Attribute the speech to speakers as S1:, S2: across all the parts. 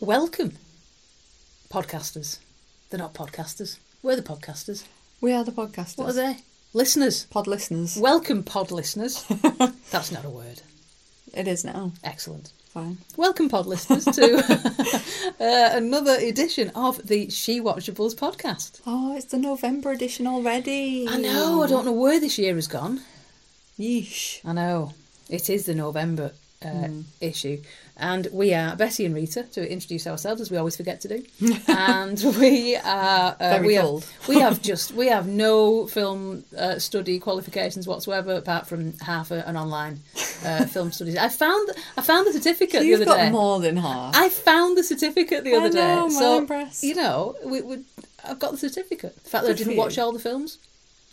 S1: Welcome, podcasters. They're not podcasters. We're the podcasters.
S2: We are the podcasters.
S1: What are they? Listeners.
S2: Pod listeners.
S1: Welcome, pod listeners. That's not a word.
S2: It is now.
S1: Excellent.
S2: Fine.
S1: Welcome, pod listeners, to uh, another edition of the She Watchables podcast.
S2: Oh, it's the November edition already.
S1: I know, I don't know where this year has gone.
S2: Yeesh.
S1: I know. It is the November uh,
S2: Hmm.
S1: issue. And we are Bessie and Rita to introduce ourselves, as we always forget to do. and we are. Uh,
S2: Very
S1: we
S2: cold.
S1: Have, we have just. We have no film uh, study qualifications whatsoever, apart from half a, an online uh, film studies. I found I found the certificate the
S2: You've
S1: other
S2: got
S1: day.
S2: more than half.
S1: I found the certificate the
S2: I
S1: other day.
S2: know, I'm well
S1: so
S2: impressed.
S1: you know, we, we, I've got the certificate. The fact that I
S2: Good for
S1: didn't
S2: you.
S1: watch all the films,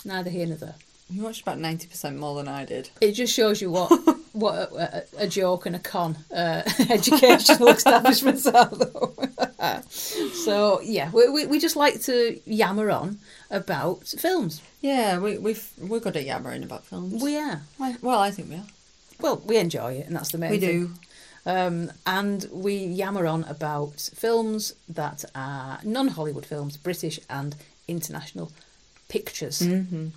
S1: neither here nor there.
S2: You watched about 90% more than I did.
S1: It just shows you what what a, a, a joke and a con uh, educational establishments are, though. so yeah, we, we we just like to yammer on about films.
S2: Yeah, we, we've, we're good at yammering about films.
S1: We are
S2: I- well, I think we are.
S1: well, we enjoy it, and that's the main.
S2: We
S1: thing.
S2: do.
S1: Um, and we yammer on about films that are non Hollywood films, British and international pictures.
S2: Mm-hmm.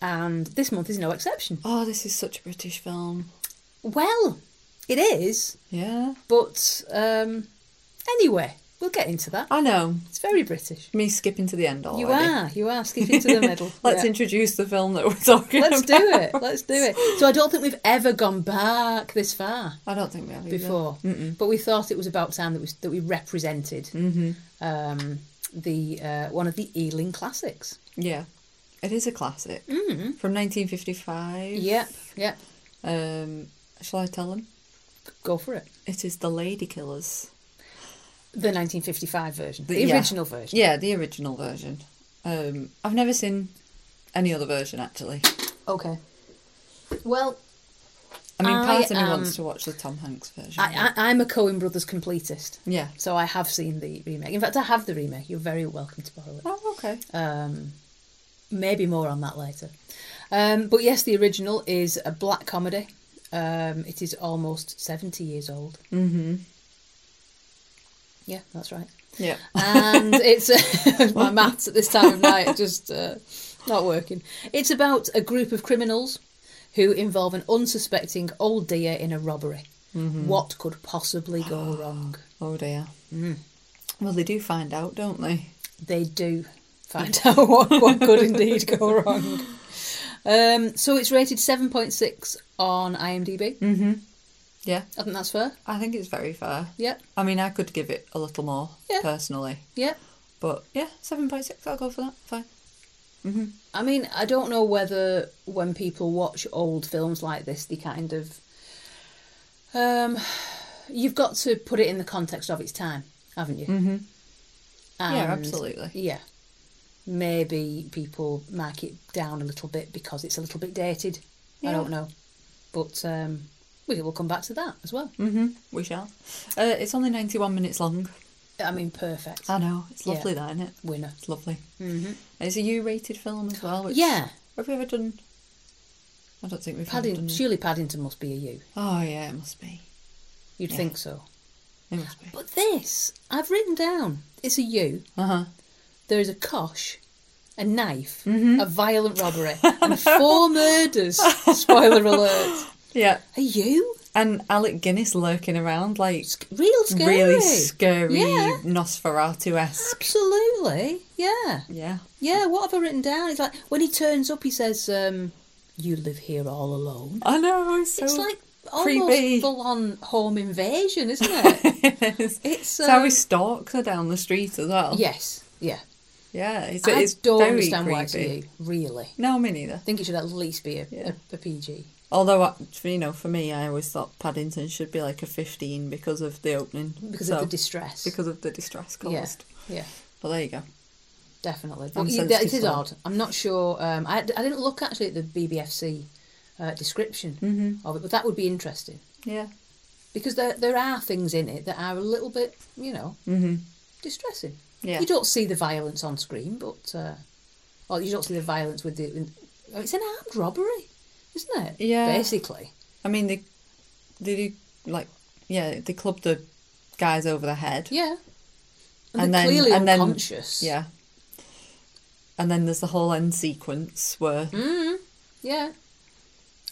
S1: And this month is no exception.
S2: Oh, this is such a British film.
S1: Well, it is,
S2: Yeah.
S1: but um, anyway, we'll get into that.
S2: I know.
S1: It's very British.
S2: Me skipping to the end already.
S1: You are, you are skipping to the middle.
S2: Let's
S1: Yeah.
S2: introduce the film that we're talking
S1: Let's
S2: about.
S1: do it. Let's do it. So I don't think we've ever gone back this far
S2: I don't think we have either.
S1: before, but we thought it was about time that we that we represented
S2: Mm-hmm.
S1: um, the uh, one of the Ealing classics.
S2: Yeah. It is a classic.
S1: Mm-hmm.
S2: Mm. From 1955.
S1: Yep, yep.
S2: Um, shall I tell them?
S1: Go for it.
S2: It is the Lady Killers.
S1: The 1955 version, the,
S2: The- yeah.
S1: original version.
S2: Yeah, the original version. Um, I've never seen any other version actually.
S1: Okay. Well,
S2: I mean,
S1: I,
S2: part of me
S1: um,
S2: wants to watch the Tom Hanks version.
S1: I, I, I'm a Coen Brothers completist,
S2: yeah.
S1: so I have seen the remake. In fact, I have the remake. You're very welcome to borrow it.
S2: Oh, okay.
S1: Um, maybe more on that later. Um, but yes, the original is a black comedy. Um, it is almost 70 years old.
S2: Mm-hmm.
S1: Yeah, that's right.
S2: Yeah.
S1: uh, And it's my maths at this time of night just uh, not working. It's about a group of criminals who involve an unsuspecting old dear in a robbery. What could possibly go wrong?
S2: Oh dear.
S1: mm-hmm.
S2: Well, they do find out, don't they?
S1: they do find out what, what could indeed go wrong. Um, so it's rated 7.6 on IMDb.
S2: Yeah.
S1: I think that's fair.
S2: I think it's very fair.
S1: Yeah,
S2: I mean, I could give it a little more
S1: Yeah.
S2: personally,
S1: yeah.
S2: but yeah, seven point six. I'll go for that. Fine.
S1: I mean, I don't know whether when people watch old films like this, they kind of. Um, you've got to put it in the context of its time, haven't you? Mm-hmm.
S2: yeah, absolutely.
S1: Yeah. Maybe people mark it down a little bit because it's a little bit dated. I
S2: Yeah.
S1: don't know. But um, we will come back to that as well.
S2: Mm-hmm. We shall. Uh, it's only ninety-one minutes long.
S1: I mean, perfect.
S2: I know. It's
S1: Yeah.
S2: lovely, that isn't it?
S1: Winner.
S2: It's lovely. Mm-hmm. It's a U-rated film as well. Which,
S1: Yeah.
S2: Have we ever done? I don't think we've ever
S1: Paddington,
S2: done.
S1: surely Paddington must be a U.
S2: Oh yeah, it must be.
S1: You'd think so.
S2: It must be.
S1: But this, I've written down, it's a U.
S2: Uh huh.
S1: There is a kosh, a knife,
S2: Mm-hmm.
S1: a violent robbery, and four murders. Spoiler alert.
S2: Yeah,
S1: A U?
S2: and Alec Guinness lurking around like
S1: Real scary.
S2: really scary
S1: Yeah.
S2: Nosferatu esque.
S1: Absolutely. Yeah.
S2: Yeah.
S1: Yeah, what have I written down? It's like when he turns up, he says, um, "You live here all alone."
S2: I know. It's, so...
S1: It's like
S2: Oh, creepy.
S1: almost full-on home invasion, isn't it?
S2: it's,
S1: it's
S2: how he
S1: um,
S2: stalks her down the street as well.
S1: yes, yeah.
S2: Yeah. It's,
S1: I
S2: it's
S1: don't
S2: very
S1: understand
S2: creepy.
S1: why it's you. Really, I
S2: No, me neither.
S1: think it should at least be a,
S2: Yeah.
S1: a, a PG.
S2: Although, I- you know, for me, I always thought Paddington should be like a 15 because of the opening.
S1: Because
S2: So-
S1: of the distress.
S2: because of the distress caused.
S1: yeah, yeah,
S2: But there you go.
S1: definitely.
S2: I'm
S1: But you,
S2: sensitive
S1: it is
S2: to that.
S1: odd. I'm not sure. Um, I, I didn't look actually at the BBFC uh, description
S2: Mm-hmm.
S1: of it, but that would be interesting.
S2: Yeah.
S1: because there there are things in it that are a little bit, you know, distressing.
S2: Mm-hmm. Yeah.
S1: You don't see the violence on screen, but uh, well, you don't see the violence with the. in- oh, It's an armed robbery. isn't it?
S2: Yeah.
S1: Basically.
S2: I mean, they they do like yeah, they club the guys over the head,
S1: Yeah. And,
S2: And
S1: they're
S2: then-
S1: clearly
S2: and then-
S1: unconscious.
S2: yeah. And then there's the whole end sequence where
S1: Hmm? Yeah.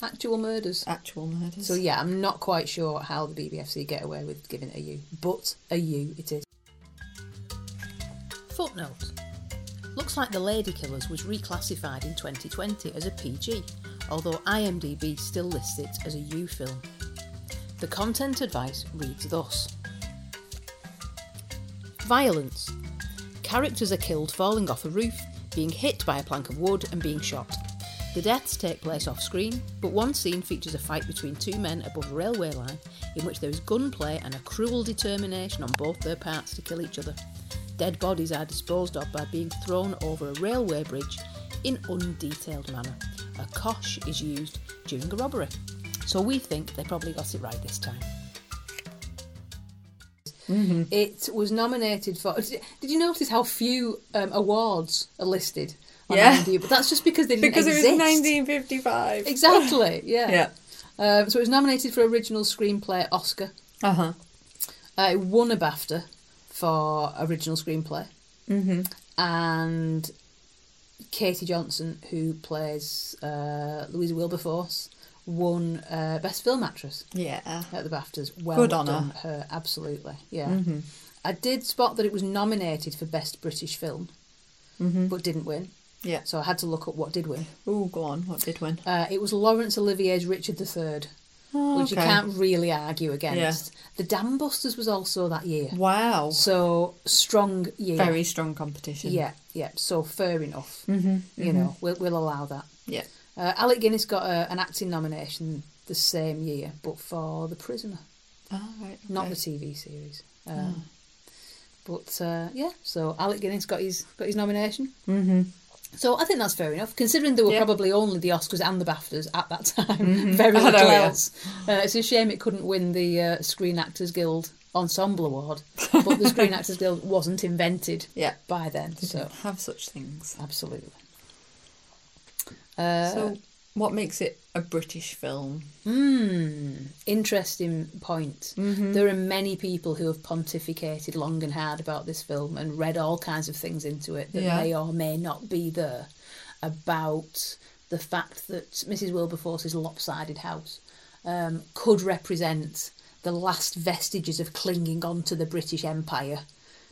S1: Actual murders.
S2: actual murders.
S1: So yeah, I'm not quite sure how the BBFC get away with giving it a U, but a U it is. Footnote. Looks like The Lady Killers was reclassified in 2020 as a PG, although IMDb still lists it as a U film. The content advice reads thus Violence. Characters are killed falling off a roof, being hit by a plank of wood, and being shot. The deaths take place off screen, but one scene features a fight between two men above a railway line in which there is gunplay and a cruel determination on both their parts to kill each other. Dead bodies are disposed of by being thrown over a railway bridge in undetailed manner. A kosh is used during a robbery. So we think they probably got it right this time.
S2: Mm-hmm.
S1: It was nominated for. Did you notice how few um, awards are listed on
S2: Yeah.
S1: IMDb? But that's just because they didn't
S2: because it was
S1: exist.
S2: 1955.
S1: Exactly. Yeah.
S2: Yeah.
S1: Um, so it was nominated for original screenplay Oscar.
S2: Uh huh.
S1: Uh, it won a BAFTA for original screenplay. Mm-hmm. And Katie Johnson, who plays uh, Louisa Wilberforce, won uh, Best Film Actress
S2: Yeah.
S1: at the BAFTAs. Well
S2: Good Mm-hmm. on
S1: done her. absolutely. Yeah. I did spot that it was nominated for Best British Film,
S2: Mm-hmm.
S1: but didn't win.
S2: Yeah.
S1: So I had to look up what did win.
S2: Oh, go on. What did win?
S1: Uh, it was Laurence Olivier's Richard III,
S2: Oh,
S1: which you
S2: okay.
S1: can't really argue against. The Dam Busters was also that year.
S2: Wow.
S1: So strong year.
S2: Very Mm-hmm, strong competition.
S1: Yeah, yeah. So fair enough. You know, we'll, we'll allow that.
S2: Yeah.
S1: Uh, Alec Guinness got a, an acting nomination the same year, but for The Prisoner,
S2: Oh, right.
S1: not
S2: okay.
S1: the TV series.
S2: Mm.
S1: Um, But uh, yeah, so Alec Guinness got his got his nomination. Mm-hmm. So I think that's fair enough, considering there were
S2: Yeah. Mm-hmm.
S1: probably only the Oscars and the BAFTAs at that time. Very
S2: I know,
S1: little
S2: yeah.
S1: else. Uh, it's a shame it couldn't win the uh, Screen Actors Guild Ensemble Award, but the Screen Actors Guild wasn't invented
S2: Yeah.
S1: by then. So
S2: Have such things.
S1: absolutely. Uh,
S2: so, what makes it a British film?
S1: Mm, interesting point. There are many people who have pontificated long and hard about this film and read all kinds of things into it that
S2: Yeah.
S1: may or may not be there about the fact that Mrs. Wilberforce's lopsided house um, could represent the last vestiges of clinging on to the British Empire.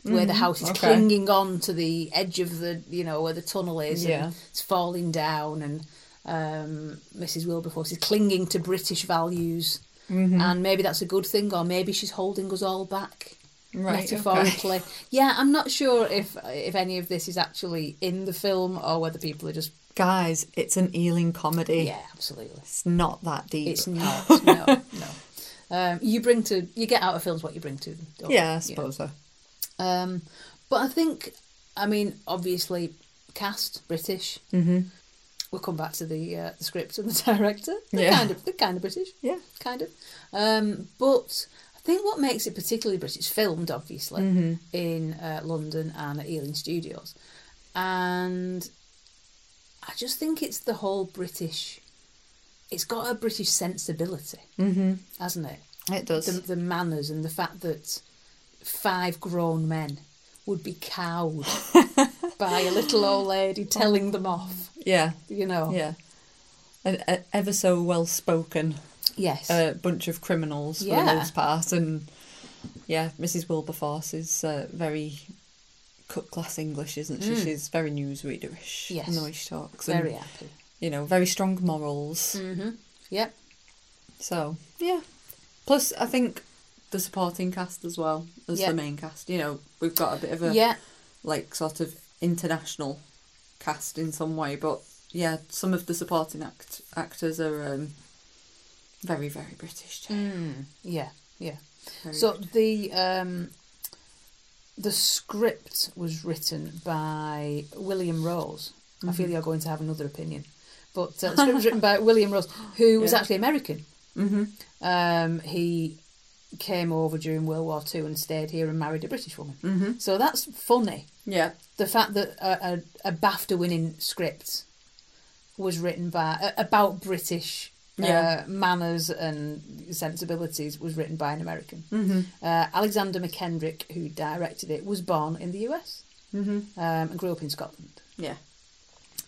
S1: Where the house is
S2: okay.
S1: clinging on to the edge of the, you know, where the tunnel is,
S2: Yeah.
S1: and it's falling down, and um, Mrs. Wilberforce is clinging to British values,
S2: Mm-hmm.
S1: and maybe that's a good thing, or maybe she's holding us all back
S2: Right,
S1: metaphorically. Yeah, I'm not sure if if any of this is actually in the film or whether people are just
S2: Guys, it's an Ealing comedy.
S1: yeah, absolutely.
S2: It's not that deep.
S1: It's not no no. Um, you bring to you get out of films what you bring to them. don't you?
S2: yeah, I
S1: You know?
S2: suppose so.
S1: Um, but I think, I mean, obviously, cast British. Mm-hmm. We'll come back to the, uh, the script and the director. They're
S2: Yeah.
S1: kind of they're kind of British.
S2: Yeah.
S1: kind of. Um, but I think what makes it particularly British, it's filmed obviously in uh, London and at Ealing Studios, and I just think it's the whole British. It's got a British sensibility, hasn't it?
S2: It does.
S1: the, the manners and the fact that five grown men would be cowed by a little old lady telling them off.
S2: yeah.
S1: You know,
S2: Yeah. An e- ever so well spoken
S1: yes,
S2: uh, bunch of criminals for
S1: Yeah.
S2: the most part. And yeah, Mrs. Wilberforce is uh, very cut glass English, isn't she? She's very newsreaderish
S1: Mm. Yes.
S2: in the way she talks.
S1: very Mm.
S2: And,
S1: happy. Mm-hmm.
S2: you know, very strong morals.
S1: Yep,
S2: So, yeah. Plus, I think the supporting cast as well as
S1: Yeah.
S2: the main cast. You know, we've got a bit of a
S1: yeah,
S2: like sort of international cast in some way, but yeah, some of the supporting act- actors are um, very very British. too.
S1: yeah, yeah.
S2: Mm.
S1: Mm.
S2: Very
S1: So the um, the script was written by William Rose. I
S2: Mm-hmm.
S1: feel you're going to have another opinion, but uh, the script was written by William Rose, who was
S2: Yeah.
S1: actually American. Mm-hmm. Um, he came over during World War Two and stayed here and married a British woman. Mm-hmm. So that's funny.
S2: yeah,
S1: The fact that a, a, a BAFTA winning script was written by uh, about British
S2: Yeah.
S1: uh, manners and sensibilities was written by an American.
S2: Mm-hmm.
S1: Uh, Alexander McKendrick, who directed it, was born in the US
S2: Mm-hmm.
S1: um, and grew up in Scotland.
S2: Yeah.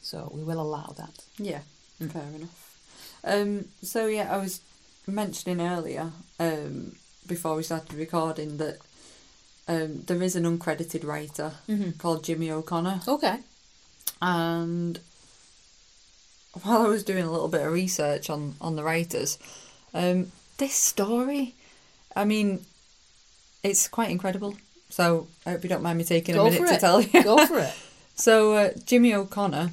S1: So we will allow that.
S2: Yeah, fair enough. Um, so yeah, I was mentioning earlier um, before we started recording that um, there is an uncredited writer called Jimmy O'Connor,
S1: Okay.
S2: and while I was doing a little bit of research on on the writers, um, this story, I mean, it's quite incredible. So I hope you don't mind me taking
S1: Go
S2: a minute
S1: for
S2: to
S1: it.
S2: tell you.
S1: Go for it.
S2: So uh, Jimmy O'Connor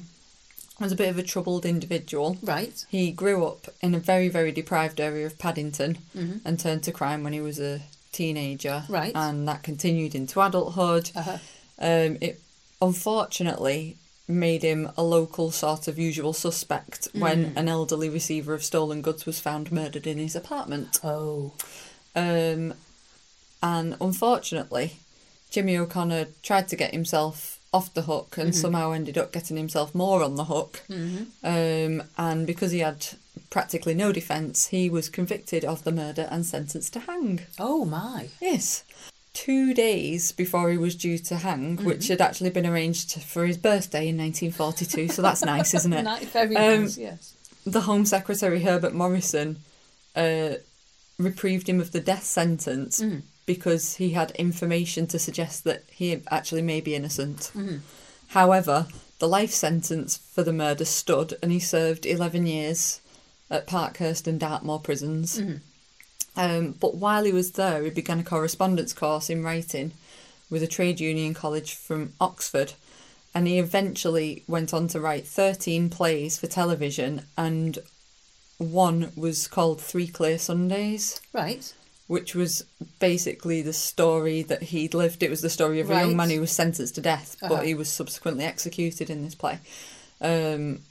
S2: was a bit of a troubled individual.
S1: Right.
S2: He grew up in a very, very deprived area of Paddington and turned to crime when he was a teenager.
S1: Mm-hmm. Right.
S2: And that continued into adulthood.
S1: Uh-huh.
S2: Um, it unfortunately made him a local sort of usual suspect when
S1: Mm.
S2: an elderly receiver of stolen goods was found murdered in his apartment.
S1: Oh.
S2: Um, and unfortunately, Jimmy O'Connor tried to get himself off the hook and somehow ended up getting himself more on the hook. Um, and because he had practically no defence, he was convicted of the murder and sentenced to hang.
S1: Oh my.
S2: Yes. Two days before he was due to hang, which had actually been arranged for his birthday in 1942, so that's nice, isn't it?
S1: Night, very
S2: Um,
S1: nice, yes.
S2: the Home Secretary Herbert Morrison uh, reprieved him of the death sentence because he had information to suggest that he actually may be innocent. However, the life sentence for the murder stood, and he served 11 years at Parkhurst and Dartmoor prisons. Um, but while he was there, he began a correspondence course in writing with a trade union college from Oxford. And he eventually went on to write 13 plays for television, and one was called Three Clear Sundays,
S1: Right.
S2: which was basically the story that he'd lived. It was the story of a
S1: Right.
S2: young man who was sentenced to death,
S1: Uh-huh.
S2: but he was subsequently executed in this play. Um,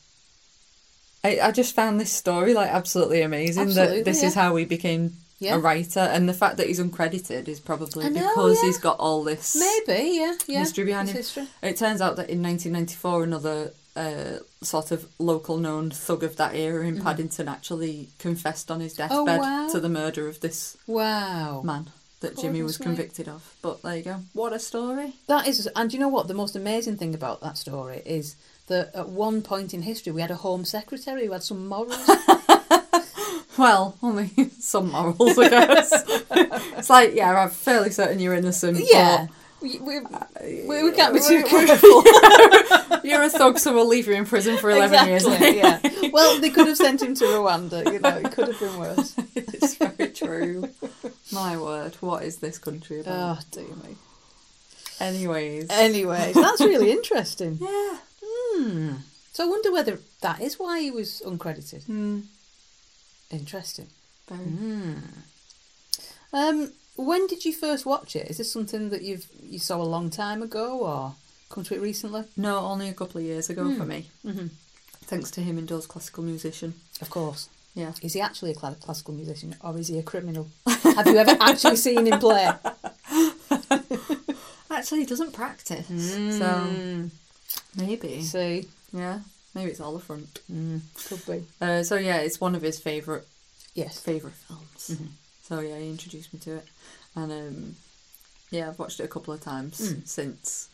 S2: I, I just found this story like absolutely amazing.
S1: Absolutely,
S2: that this is
S1: yeah.
S2: how he became
S1: Yeah.
S2: a writer, and the fact that he's uncredited is probably
S1: I know,
S2: because
S1: yeah.
S2: he's got all this
S1: Maybe, yeah, yeah.
S2: history behind
S1: It's
S2: him.
S1: history.
S2: It turns out that in 1994, another uh, sort of local known thug of that era in Paddington actually confessed on his deathbed
S1: Mm-hmm. Oh, wow.
S2: to the murder of this
S1: Wow.
S2: man that Jimmy was
S1: Goodness me.
S2: convicted of. But there you go. What a story.
S1: That is, and you know what? The most amazing thing about that story is that at one point in history we had a Home Secretary who had some morals.
S2: Well, only some morals, I guess. it's like, yeah, I'm fairly certain you're innocent.
S1: yeah, Uh, we, we, we, we can't be too
S2: we-
S1: careful.
S2: But you're a thug, so we'll leave you in prison for 11 years.
S1: exactly. yeah. Well, they could have sent him to Rwanda. You know, it could have been worse.
S2: it's very true. My word, what is this country about?
S1: Oh dear me.
S2: Anyways.
S1: Anyways, that's really interesting.
S2: yeah.
S1: Hmm. So I wonder whether that is why he was uncredited.
S2: Hmm,
S1: Interesting.
S2: Very
S1: Hmm. Mm. Um, when did you first watch it? Is this something that you've you saw a long time ago or come to it recently?
S2: No, only a couple of years ago for me. Thanks to him and Dole's classical musician.
S1: Of course.
S2: Yeah.
S1: Is he actually a cla- classical musician or is he a criminal? Have you ever actually seen him play?
S2: Actually, he doesn't practice.
S1: Hmm.
S2: So maybe.
S1: Mm. See,
S2: Yeah. Maybe it's all the front.
S1: could be.
S2: Uh, so yeah, it's one of his favourite
S1: Yes.
S2: favourite films.
S1: Hmm.
S2: So yeah, he introduced me to it. And um, yeah, I've watched it a couple of times since.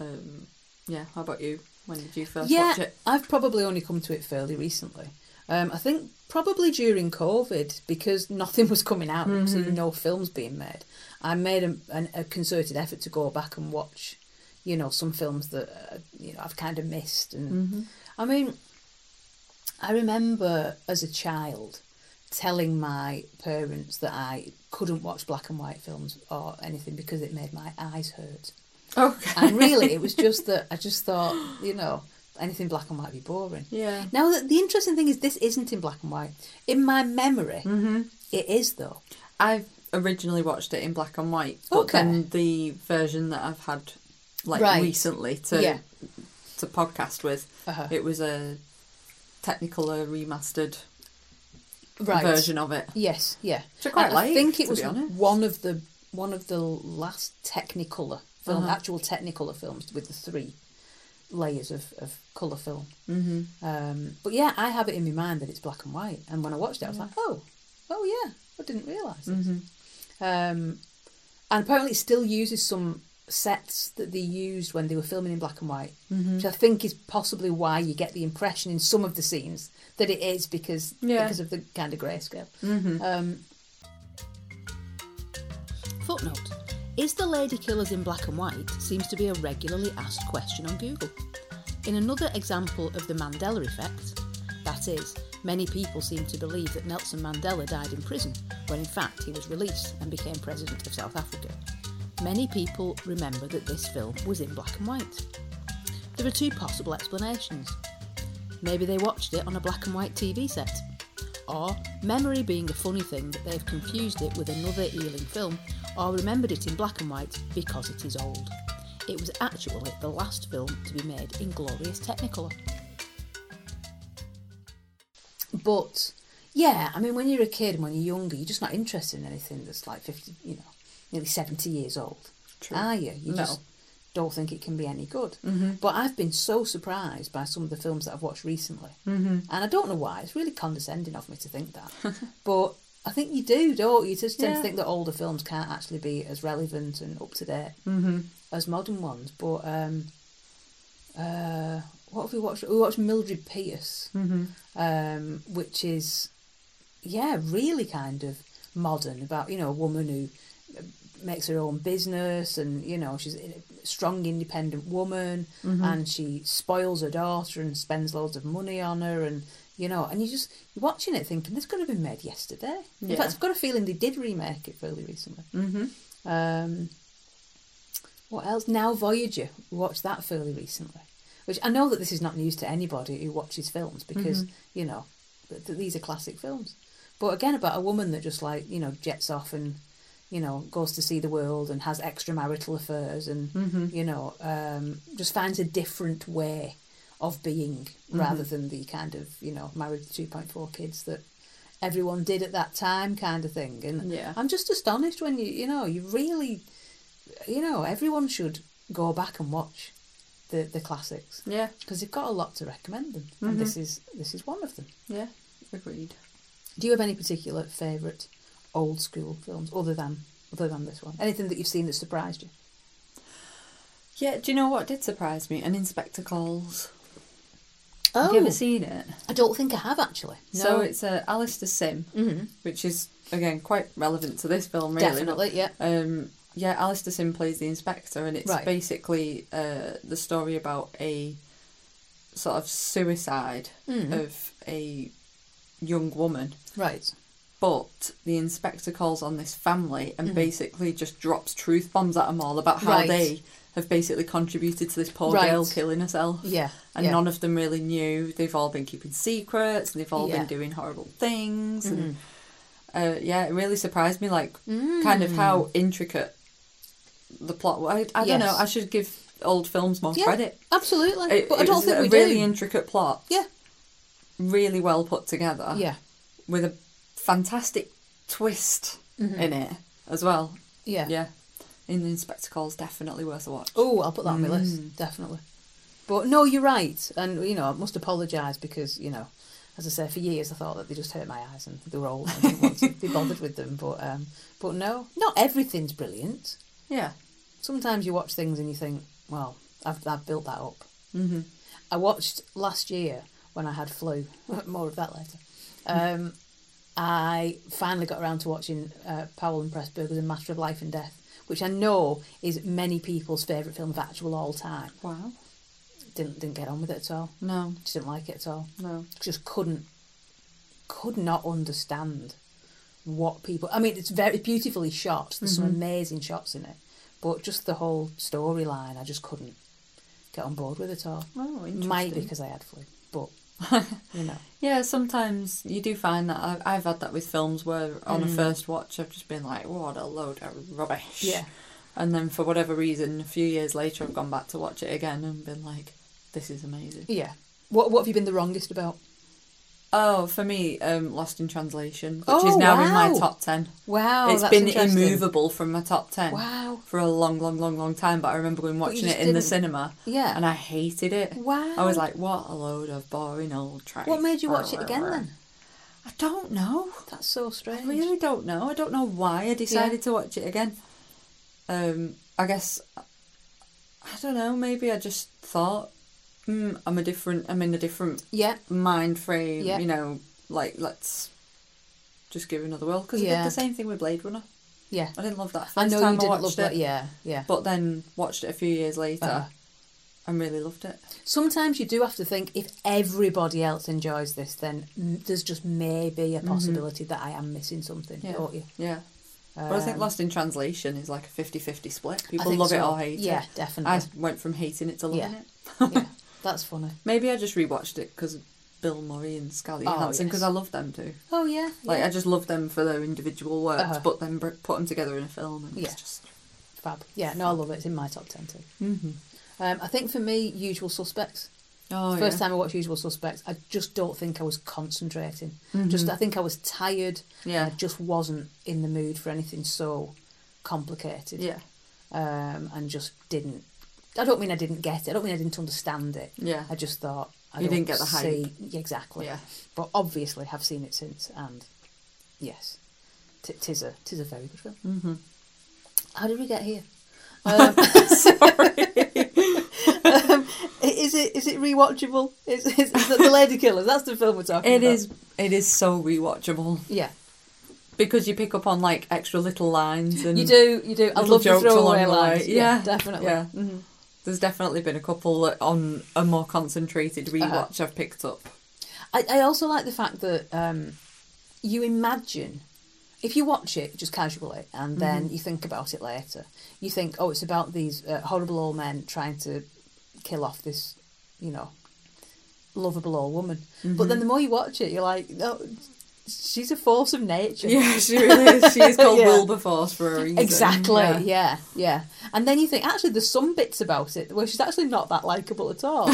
S2: Um, yeah, how about you? When did you first
S1: Yeah,
S2: watch it?
S1: I've probably only come to it fairly recently. Um, I think probably during COVID because nothing was coming out, so no films being made. I made a, an, a concerted effort to go back and watch, you know, some films that uh, you know I've kind of missed.
S2: Mm.
S1: And I mean, I remember as a child telling my parents that I couldn't watch black and white films or anything because it made my eyes hurt.
S2: Okay.
S1: And really, it was just that I just thought, you know, anything black and white would be boring.
S2: Yeah.
S1: Now, the, the interesting thing is, this isn't in black and white. In my memory,
S2: Mm-hmm.
S1: it is though.
S2: I've originally watched it in black and white, but
S1: Okay.
S2: then the version that I've had like
S1: Right.
S2: recently to
S1: Yeah.
S2: to podcast with,
S1: Uh-huh.
S2: it was a technical uh, remastered
S1: Right.
S2: version of it.
S1: Yes. Yeah.
S2: Which I quite
S1: I,
S2: like,
S1: think it
S2: to
S1: was
S2: be honest.
S1: one of the
S2: Uh-huh.
S1: one of the last Technicolor film, actual Technicolor films with the three. layers of, of colour film. Mm-hmm. Um, but yeah, I have it in my mind that it's black and white. And when I watched it, I was like, oh, oh yeah, I didn't realise this. Um, and apparently, it still uses some sets that they used when they were filming in black and white, which I think is possibly why you get the impression in some of the scenes that it is because
S2: Yeah.
S1: because of the kind of grayscale. Um, Footnote Is the Lady Killers in Black and White seems to be a regularly asked question on Google. In another example of the Mandela effect, that is, many people seem to believe that Nelson Mandela died in prison, when in fact he was released and became president of South Africa. Many people remember that this film was in black and white. There are two possible explanations. Maybe they watched it on a black and white TV set. Or, memory being a funny thing that they've confused it with another Ealing film, or remembered it in black and white because it is old. It was actually the last film to be made in glorious Technicolor. But, yeah, I mean, when you're a kid and when you're younger, you're just not interested in anything that's like 50, you know, nearly 70 years old.
S2: True.
S1: Are you? You
S2: No.
S1: just don't think it can be any good. But I've been so surprised by some of the films that I've watched recently. Mm-hmm. And I don't know why. It's really condescending of me to think that. but I think you do, don't you? You just tend to
S2: Yeah.
S1: think that older films can't actually be as relevant and up to date as modern ones. But um, uh, what have we watched? We watched Mildred Pierce, um, which is, yeah, really kind of modern about, you know, a woman who uh, makes her own business and you know she's a strong independent woman and she spoils her daughter and spends loads of money on her and you know and you just you're watching it thinking this could have been made yesterday in
S2: Yeah.
S1: fact i've got a feeling they did remake it fairly recently
S2: Mm-hmm.
S1: um what else now voyager we watched that fairly recently which i know that this is not news to anybody who watches films because you know th- th- these are classic films but again about a woman that just like you know jets off and you know, goes to see the world and has extramarital affairs and, you know, um, just finds a different way of being rather than the kind of, you know, married to 2.4 kids that everyone did at that time kind of thing. And
S2: Yeah.
S1: I'm just astonished when you, you know, you really, you know, everyone should go back and watch the, the classics
S2: Yeah,
S1: because they've got a lot to recommend them. And this is, this is one of them.
S2: yeah, agreed.
S1: Do you have any particular favourite old school films other than other than this one? Anything that you've seen that surprised you?
S2: Yeah, do you know what did surprise me? An Inspector Calls.
S1: Oh,
S2: Have you ever seen it?
S1: I don't think I have actually. No, Mm-hmm.
S2: So it's uh, Alistair Sim, which is again quite relevant to this film, really.
S1: definitely, yeah.
S2: Um, yeah, Alistair Sim plays the inspector, and it's
S1: Right.
S2: basically uh, the story about a sort of suicide
S1: Mm-hmm. Oh.
S2: of a young woman.
S1: Right.
S2: But the inspector calls on this family and basically just drops truth bombs at them all about how
S1: Mm-hmm. Right.
S2: they have basically contributed to this poor
S1: Right.
S2: girl killing herself.
S1: Yeah.
S2: And
S1: yeah.
S2: none of them really knew. They've all been keeping secrets and they've all
S1: Yeah. Mm-hmm.
S2: been doing horrible things. And uh, yeah, it really surprised me, like, kind of how intricate the plot was. I, I don't know.
S1: Mm. Yes.
S2: I should give old films more
S1: yeah,
S2: credit.
S1: Absolutely.
S2: It,
S1: but I
S2: it
S1: don't
S2: was
S1: think
S2: a
S1: we
S2: really
S1: do.
S2: intricate plot,
S1: yeah.
S2: really well put together,
S1: Yeah.
S2: with a fantastic twist in it as well.
S1: Mm-hmm. Yeah.
S2: Yeah. In the Inspector Calls, definitely worth a watch.
S1: Oh, I'll put that on my list, definitely. But no, you're right. And, you know, I must apologise because, you know, as I say, for years I thought that they just hurt my eyes and they were old and I didn't want to be bothered with them. But, um, but no, not everything's brilliant.
S2: Yeah.
S1: sometimes you watch things and you think, well, I've, I've built that up. Mm-hmm. I watched last year when I had flu, more of that later. Um, I finally got around to watching uh, Powell and Pressburger's A Matter of Life and Death, which I know is many people's favourite film of actual all time.
S2: Wow.
S1: Didn't, didn't get on with it at all.
S2: No,
S1: Just didn't like it at all
S2: no.
S1: just couldn't could not understand what people I mean it's very beautifully shot there's
S2: Mm-hmm.
S1: some amazing shots in it but just the whole storyline I just couldn't get on board with it all
S2: Oh, interesting.
S1: might be because I had flu but you know
S2: Yeah, sometimes you do find that. I've, I've had that with films where on
S1: Mm.
S2: a first watch I've just been like, what a load of rubbish.
S1: Yeah.
S2: And then for whatever reason, a few years later, I've gone back to watch it again and been like, this is amazing.
S1: yeah what what have you been the wrongest about
S2: Oh, for me, um, Lost in Translation, which
S1: Oh,
S2: is now in my
S1: wow.
S2: top ten.
S1: Wow,
S2: it's
S1: that's
S2: been
S1: interesting.
S2: immovable from my top ten
S1: Wow.
S2: for a long, long, long, long time. But I remember going watching it
S1: just
S2: in the
S1: didn't-
S2: cinema,
S1: Yeah.
S2: and I hated it.
S1: Wow.
S2: I was like, what a load of boring old trash.
S1: What made you watch it again then?
S2: I don't know.
S1: That's so strange.
S2: I really don't know. I don't know why I decided to watch it again. Um, I guess I don't know. Maybe I just thought, hmm, I'm a different. I'm in a different
S1: Yeah.
S2: mind frame.
S1: Yeah.
S2: You know, like let's just give it another whirl because
S1: Yeah.
S2: did the same thing with Blade Runner.
S1: Yeah.
S2: I didn't love that first
S1: I know
S2: time
S1: you
S2: I
S1: didn't
S2: watched
S1: love
S2: it,
S1: that. Yeah. Yeah.
S2: but then watched it a few years later
S1: Uh-huh.
S2: and really loved it.
S1: Sometimes you do have to think if everybody else enjoys this, then mm, there's just maybe a possibility that I am missing something,
S2: Mm-hmm. Yeah.
S1: don't you?
S2: Yeah. But I think Lost in Translation is like a 50-50 split.
S1: Um, I
S2: People
S1: think
S2: love it
S1: so.
S2: or hate
S1: Yeah,
S2: it.
S1: definitely.
S2: I went from hating it to loving
S1: Yeah.
S2: it.
S1: yeah, that's funny.
S2: Maybe I just rewatched it because Bill Murray and Scarlett
S1: Oh,
S2: Johansson because
S1: yes.
S2: I love them too.
S1: Oh yeah,
S2: Like
S1: yeah.
S2: I just love them for their individual works,
S1: Uh-huh.
S2: but then br- put them together in a film and
S1: Yeah.
S2: it's just
S1: fab. Yeah, no, I love it. It's in my top ten too. Mm-hmm. Um, I think for me, Usual Suspects.
S2: oh
S1: First
S2: yeah.
S1: time I watched Usual Suspects, I just don't think I was concentrating. Just I think I was tired.
S2: Mm-hmm. Yeah.
S1: and I just wasn't in the mood for anything so complicated.
S2: yeah,
S1: um, and just didn't. I don't mean I didn't get it. I don't mean I didn't understand it.
S2: yeah,
S1: I just thought I
S2: You
S1: don't
S2: didn't get the hype.
S1: see yeah, exactly.
S2: Yeah.
S1: But obviously, have seen it since, and yes, t- tis a tis a very good film. Mm-hmm. How did we get here? Um, um, is it is it rewatchable? Is is, is it the Lady Killers? That's the film we're talking
S2: It
S1: about.
S2: is. It is so rewatchable
S1: Yeah,
S2: because you pick up on like extra little lines and
S1: you do. You do. I
S2: little
S1: love the
S2: jokes
S1: throwaway
S2: along the way.
S1: lines.
S2: Yeah,
S1: definitely.
S2: Yeah.
S1: Mm-hmm.
S2: There's definitely been a couple that on a more concentrated
S1: Uh-huh.
S2: rewatch I've picked up.
S1: I, I also like the fact that um, you imagine if you watch it just casually and then you think about it later, you think, oh, it's about these uh, horrible old men trying to kill off this, you know, lovable old woman. But then the more you watch it, you're like, no, she's a force of nature.
S2: Yeah, she really is. She is called
S1: Yeah.
S2: Wilberforce for a reason.
S1: Exactly. Yeah.
S2: Yeah.
S1: yeah, And then you think actually there's some bits about it where she's actually not that likable at all.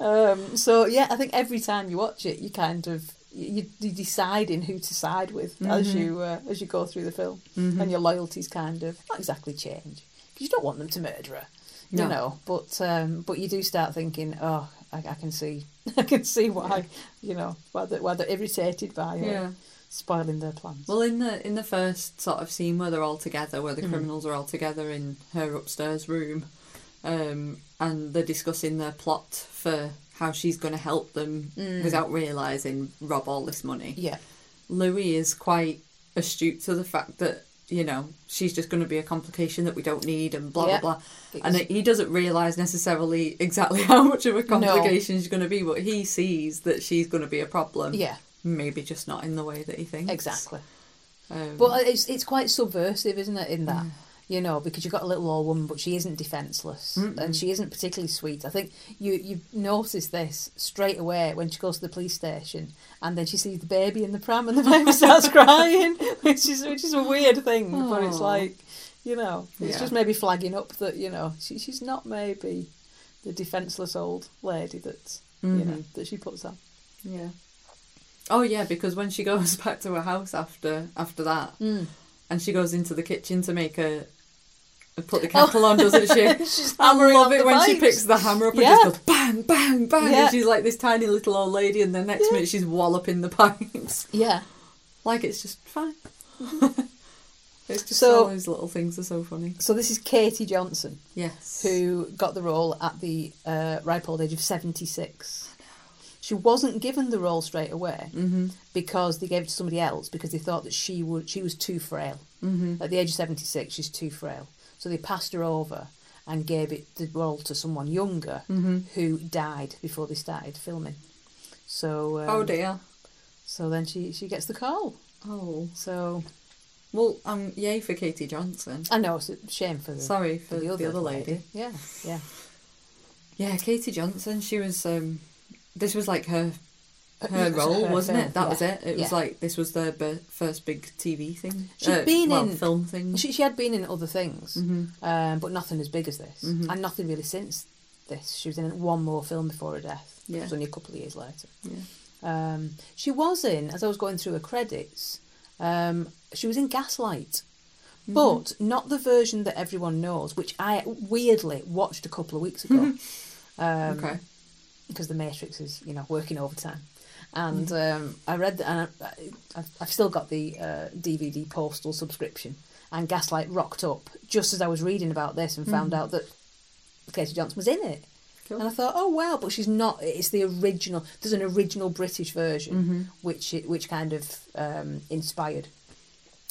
S1: um, so yeah, I think every time you watch it, you kind of you you deciding who to side with
S2: Mm-hmm.
S1: as you uh, as you go through the film, and your loyalties kind of not exactly change because you don't want them to murder her, you
S2: No.
S1: know. But um, but you do start thinking, oh, I, I can see, I can see why, you know, why they're, why they're irritated by her
S2: Yeah.
S1: spoiling their plans.
S2: Well, in the in the first sort of scene where they're all together, where the
S1: Hmm.
S2: criminals are all together in her upstairs room, um, and they're discussing their plot for how she's going to help them
S1: Hmm.
S2: without realizing rob all this money.
S1: yeah,
S2: Louis is quite astute to the fact that you know she's just going to be a complication that we don't need and blah
S1: Yeah.
S2: blah blah
S1: It
S2: and
S1: was-
S2: he doesn't realize necessarily exactly how much of a complication she's going to be but he sees that she's going to be a problem
S1: yeah,
S2: maybe just not in the way that he thinks
S1: exactly.
S2: um,
S1: But it's it's quite subversive, isn't it? In
S2: Mm.
S1: that you know, because you've got a little old woman, but she isn't defenseless and she isn't particularly sweet. I think you you notice this straight away when she goes to the police station and then she sees the baby in the pram and the baby starts crying, which is which is a weird thing, but it's
S2: Aw.
S1: like you know, it's
S2: Yeah.
S1: just maybe flagging up that you know she, she's not maybe the defenseless old lady that you
S2: mhm. Mm-hmm.
S1: know that she puts on.
S2: yeah oh yeah because when she goes back to her house after after that and she goes into the kitchen to make a put the kettle on doesn't she
S1: She's
S2: I
S1: Oh. hammering
S2: love
S1: on
S2: it
S1: the
S2: when she
S1: pipes.
S2: picks the hammer up
S1: Yeah.
S2: and just goes bang, bang, bang.
S1: Yeah.
S2: And she's like this tiny little old lady, and the next minute she's walloping the pipes.
S1: Yeah.
S2: Like it's just fine. it's just
S1: Mm-hmm. So-
S2: all those little things are so funny.
S1: So this is Katie Johnson.
S2: Yes.
S1: who got the role at the uh, ripe old age of 76. She wasn't given the role straight away
S2: Mm-hmm.
S1: because they gave it to somebody else because they thought that she would she was too frail. Mm-hmm. At the age of 76, she's too frail. So they passed her over and gave it the role to someone younger
S2: Mm-hmm.
S1: who died before they started filming. So um,
S2: Oh dear.
S1: so then she, she gets the call.
S2: Oh.
S1: So
S2: Well, um, yay for Katie Johnson.
S1: I know it's a shame for the,
S2: Sorry for
S1: the, other,
S2: lady.
S1: Yeah, yeah.
S2: Yeah, Katie Johnson. She was. Um, this was like her. Her
S1: Uh, It was
S2: role,
S1: her
S2: wasn't
S1: film,
S2: it? That
S1: yeah,
S2: was it. It was
S1: yeah.
S2: like this was their b- first big TV thing. Uh,
S1: She'd been
S2: well,
S1: in-
S2: film thing. Mm-hmm.
S1: She, she had been in other things, um, but nothing as big as this, and nothing really since this. She was in one more film before her death.
S2: Yeah.
S1: It was only a couple of years later.
S2: Yeah.
S1: Um, she was in, as I was going through her credits, um, she was in Gaslight,
S2: Mm-hmm.
S1: but not the version that everyone knows, which I weirdly watched a couple of weeks ago um,
S2: okay.
S1: because The Matrix is, you know, working overtime. And um, I read that, and I, I, I've still got the uh, DVD postal subscription. And Gaslight rocked up just as I was reading about this and found out that Katie Johnson was in it.
S2: Cool.
S1: And I thought, oh wow, but she's not. It's the original. There's an original British version,
S2: Mm. Mm-hmm.
S1: which it, which kind of um, inspired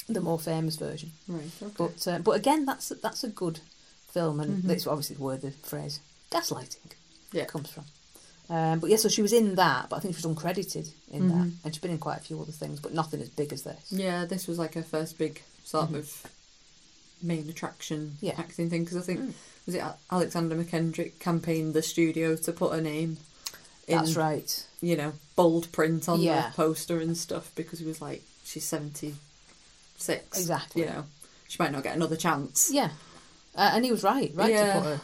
S1: the more famous version.
S2: Right. Okay.
S1: But uh, but again, that's that's a good film, and that's obviously where the phrase gaslighting
S2: Mm-hmm. Yeah.
S1: comes from. Um, but yeah, so she was in that, but I think she was uncredited in that, and she's been in quite a few other things, but nothing as big as this.
S2: Mm-hmm. Yeah, this was like her first big sort of main attraction
S1: Mm-hmm. Yeah. Mm.
S2: acting thing because I think was it A- Alexander McKendrick campaigned the studio to put her name in,
S1: That's right.
S2: you know, bold print on
S1: Yeah.
S2: the poster and stuff because he was like, she's seventy six,
S1: Exactly.
S2: You know, she might not get another chance.
S1: Yeah, uh, and he was right, right to
S2: Yeah. Mm-hmm.
S1: put her.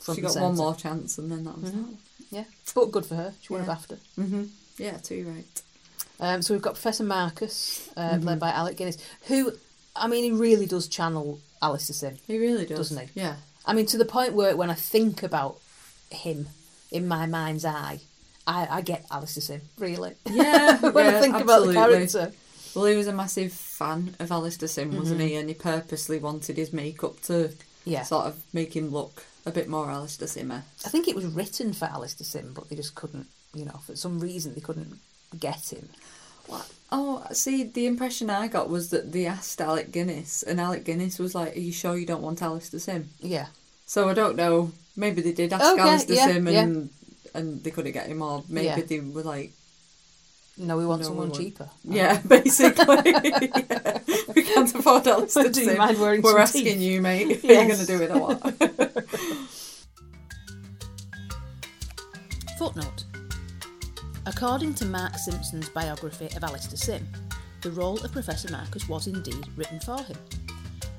S1: Front
S2: she
S1: and
S2: got one
S1: centre.
S2: more chance and then that was
S1: Yeah, but good for her. She won
S2: Yeah.
S1: a BAFTA.
S2: that. hmm Yeah, too right.
S1: Um, so we've got Professor Marcus, uh,
S2: Mm-hmm.
S1: played by Alec Guinness, who, I mean, he really does channel Alistair Sim.
S2: He really does,
S1: Doesn't
S2: Yeah,
S1: I mean, to the point where when I think about him in my mind's eye, I, I get Alistair Sim, really.
S2: yeah.
S1: when I
S2: yeah,
S1: think
S2: absolutely.
S1: about the character.
S2: Well, he was a massive fan of Alistair Sim, wasn't he? And he purposely wanted his makeup to
S1: Yeah.
S2: sort of make him look a bit more Alistair Simmer.
S1: I think it was written for Alistair Sim, but they just couldn't, you know, for some reason they couldn't get him.
S2: Oh, see, the impression I got was that they asked Alec Guinness, and Alec Guinness was like, Are you sure you don't want Alistair Sim?
S1: Yeah.
S2: So I don't know. Maybe they did ask
S1: Okay,
S2: Alistair
S1: yeah,
S2: Sim
S1: yeah.
S2: and, and they couldn't get him, or maybe
S1: Yeah.
S2: they were like,
S1: No, we want
S2: No, we
S1: someone
S2: want-
S1: cheaper.
S2: Yeah, basically. Yeah. We can't afford Alistair
S1: Do you
S2: Sim.
S1: mind wearing
S2: We're
S1: some
S2: asking
S1: teeth?
S2: you, mate, if you're going
S1: Yes.
S2: to do it or what.
S1: Footnote According to Mark Simpson's biography of Alistair Sim, the role of Professor Marcus was indeed written for him.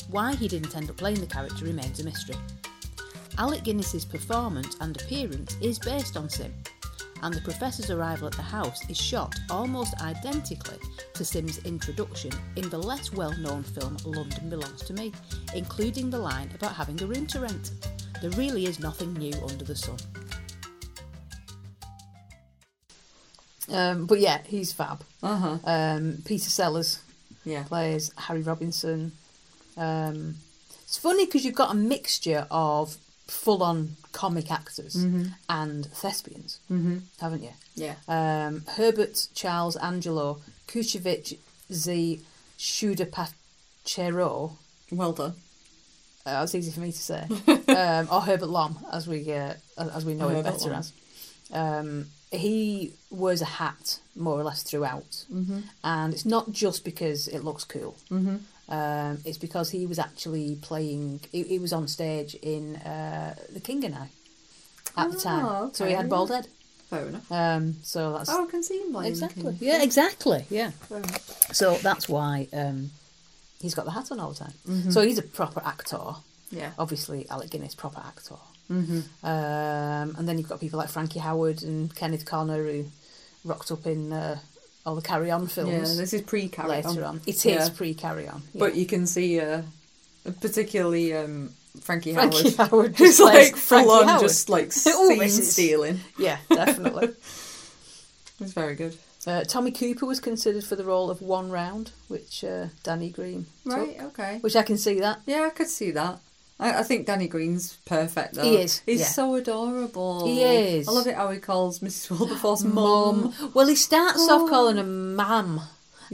S1: Why he didn't end up playing the character remains a mystery. Alec Guinness's performance and appearance is based on Sim, and the Professor's arrival at the house is shot almost identically to Sim's introduction in the less well known film London Belongs to Me, including the line about having a room to rent. There really is nothing new under the sun. Um, but yeah, he's fab.
S2: Uh huh.
S1: Um, Peter Sellers
S2: Yeah.
S1: plays Harry Robinson. Um, it's funny because you've got a mixture of full-on comic actors and thespians, mm-hmm. haven't you?
S2: Yeah.
S1: Um, Herbert Charles Angelo Kuchevich Z Shudapachero.
S2: Well done.
S1: Uh, that's easy for me to say. um, or Herbert Lom, as we uh, as we know him
S2: Herbert
S1: better
S2: Lom.
S1: as. Um, he wears a hat more or less throughout, mm-hmm. and it's not just because it looks cool. Mm-hmm. Um, it's because he was actually playing. He, he was on stage in uh, The King and I at the time,
S2: Ah,
S1: so he
S2: okay,
S1: had
S2: yeah.
S1: bald head.
S2: Fair enough.
S1: Um, so that's
S2: Oh, I can see him lying.
S1: exactly, yeah, exactly, yeah.
S2: Fair enough.
S1: So that's why um, he's got the hat on all the time.
S2: Mm-hmm.
S1: So he's a proper actor
S2: Yeah.
S1: obviously Alec Guinness, proper actor.
S2: Mm-hmm.
S1: Um, and then you've got people like Frankie Howard and Kenneth Connor who rocked up in uh, all the Carry On
S2: yeah,
S1: films
S2: this is pre-carry
S1: later on. It is
S2: Yeah.
S1: pre Carry On, yeah.
S2: But you can see, uh, particularly um, Frankie,
S1: Frankie
S2: Howard,
S1: Howard
S2: who's
S1: just
S2: like
S1: like
S2: full
S1: Frankie
S2: on,
S1: Howard.
S2: just like
S1: Oh,
S2: scene
S1: this is-
S2: stealing.
S1: yeah, definitely.
S2: It's very good.
S1: uh, Tommy Cooper was considered for the role of One Round, which uh, Danny Green took,
S2: Okay.
S1: which I can see that.
S2: Yeah, I could see that. I, I think Danny Green's perfect though.
S1: He is,
S2: He's
S1: yeah.
S2: so adorable.
S1: He is.
S2: I love it how he calls Mrs. Wilberforce
S1: Mum.
S2: mum.
S1: Um, Well, he starts off calling her Mam.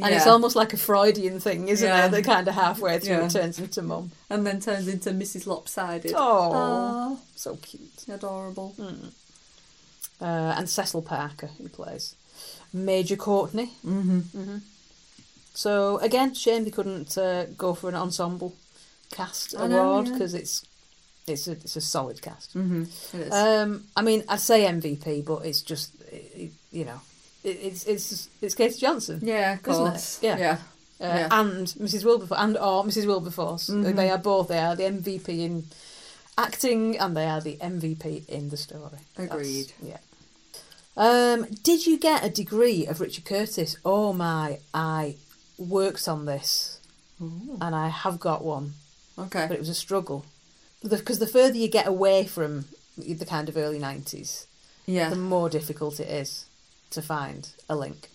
S1: And it's
S2: Oh. Yeah.
S1: almost like a Freudian thing, isn't
S2: Yeah.
S1: it? That kind of halfway through
S2: Yeah.
S1: it turns into mum.
S2: and then turns into Mrs. Lopsided.
S1: Oh. So cute. Hmm.
S2: Aw, adorable.
S1: uh, and Cecil Parker, who plays Major Courtney. Mm-hmm. Mm-hmm. So again, shame they couldn't uh, go for an ensemble cast
S2: I
S1: award 'cause
S2: know,
S1: award
S2: yeah.
S1: because it's it's a it's a solid cast.
S2: It is.
S1: Um, I mean, I say MVP, but it's just it, it- you know, it, it's it's it's Katie Johnson.
S2: yeah, of
S1: isn't it?
S2: course.
S1: Yeah.
S2: yeah.
S1: Uh,
S2: yeah. Mm-hmm.
S1: and Mrs. Wilberforce and or Mrs. Wilberforce. Uh, They are both they are the MVP in acting and they are the MVP in the story. That's-
S2: Agreed.
S1: yeah. Um, did you get a degree of Richard Curtis? Oh my, I worked on this and I have got one,
S2: Okay.
S1: but it was a struggle. Because the, further you get away from the kind of early 90s,
S2: yeah.
S1: the more difficult it is to find a link.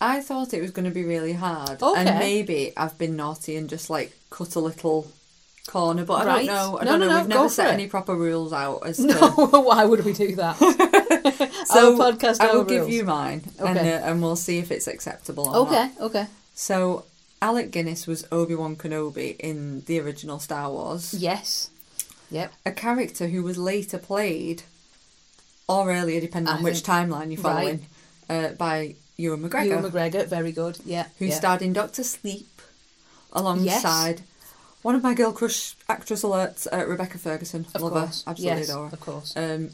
S2: I thought it was going to be really hard.
S1: Okay.
S2: And maybe I've been naughty and just like cut a little corner, but I
S1: Right.
S2: don't know. I
S1: No,
S2: don't
S1: no,
S2: know.
S1: no, go
S2: We've never
S1: for
S2: set
S1: it.
S2: any proper rules out as
S1: No,
S2: to.
S1: why would we do that?
S2: So
S1: Our podcast
S2: I will
S1: our
S2: give
S1: rules.
S2: you mine and, uh,
S1: Okay.
S2: and we'll see if it's acceptable or not.
S1: Okay, okay.
S2: So Alec Guinness was Obi Wan Kenobi in the original Star Wars,
S1: Yes. Yep.
S2: a character who was later played, or earlier, depending
S1: I
S2: on which
S1: think-
S2: timeline you're
S1: right.
S2: following, uh, by Ewan McGregor,
S1: Ewan McGregor, very good. Yeah.
S2: who
S1: yeah.
S2: starred in Doctor Sleep alongside one of my girl crush actress alerts, uh, Rebecca Ferguson.
S1: Of
S2: Love
S1: course.
S2: her, absolutely
S1: yes,
S2: adore her.
S1: Of course.
S2: Um,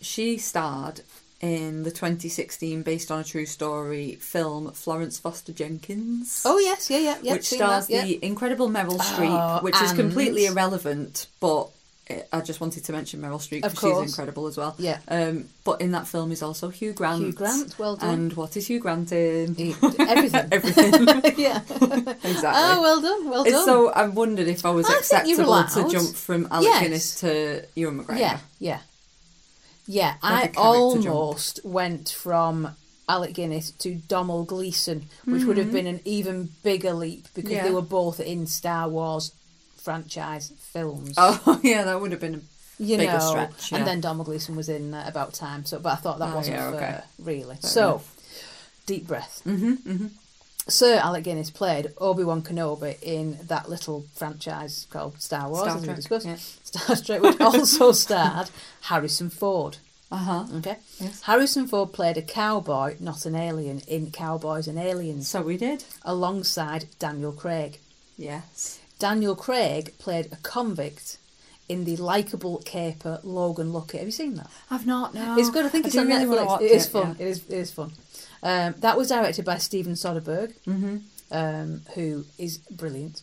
S2: she starred in the 2016 based on a true story film Florence Foster Jenkins.
S1: oh, yes, yeah, yeah, yeah.
S2: which
S1: seen
S2: stars
S1: that, yeah.
S2: the incredible Meryl Streep,
S1: Oh,
S2: which is
S1: and-
S2: completely irrelevant, but uh, I just wanted to mention Meryl Streep
S1: Of
S2: because
S1: course.
S2: she's incredible as well.
S1: Yeah.
S2: Um, but in that film is also Hugh Grant.
S1: Hugh Grant, well done.
S2: And what is Hugh Grant in?
S1: He- everything.
S2: Everything.
S1: yeah.
S2: exactly.
S1: Oh, well Oh, done, well
S2: It's
S1: done.
S2: so I wondered if I was
S1: I think you're
S2: acceptable to
S1: allowed.
S2: jump from Alec
S1: Yes.
S2: Guinness to Ewan McGregor.
S1: yeah, yeah. Yeah,
S2: Like a
S1: I
S2: character jump.
S1: almost went from Alec Guinness to Domhnall Gleeson, which would have been an even bigger leap because
S2: Mm-hmm. Yeah.
S1: they were both in Star Wars franchise films.
S2: Oh yeah, that would have been. A...
S1: you
S2: Bigger
S1: know,
S2: stretch, yeah.
S1: and then Donald Gleason was in uh, about time. So, but I thought that
S2: Oh,
S1: wasn't
S2: yeah, okay.
S1: fair, really. so, deep breath. Mm-hmm, Sir Alec Guinness played Obi Wan Kenobi in that little franchise called Star Wars,
S2: Star
S1: as we
S2: Trek,
S1: discussed.
S2: yeah.
S1: Star Trek, which also starred Harrison Ford.
S2: Uh huh.
S1: Okay,
S2: Yes.
S1: Harrison Ford played a cowboy, not an alien, in Cowboys and Aliens,
S2: So we did.
S1: alongside Daniel Craig.
S2: Yes.
S1: Daniel Craig played a convict in the likable caper Logan Lucky. Have you seen that?
S2: I've not. No.
S1: It's good. I think it's
S2: do
S1: on
S2: really wanna
S1: Netflix.
S2: watch
S1: It is
S2: it,
S1: fun. It is. It is fun. Um, that was directed by Steven Soderbergh,
S2: Mm-hmm.
S1: um, who is brilliant.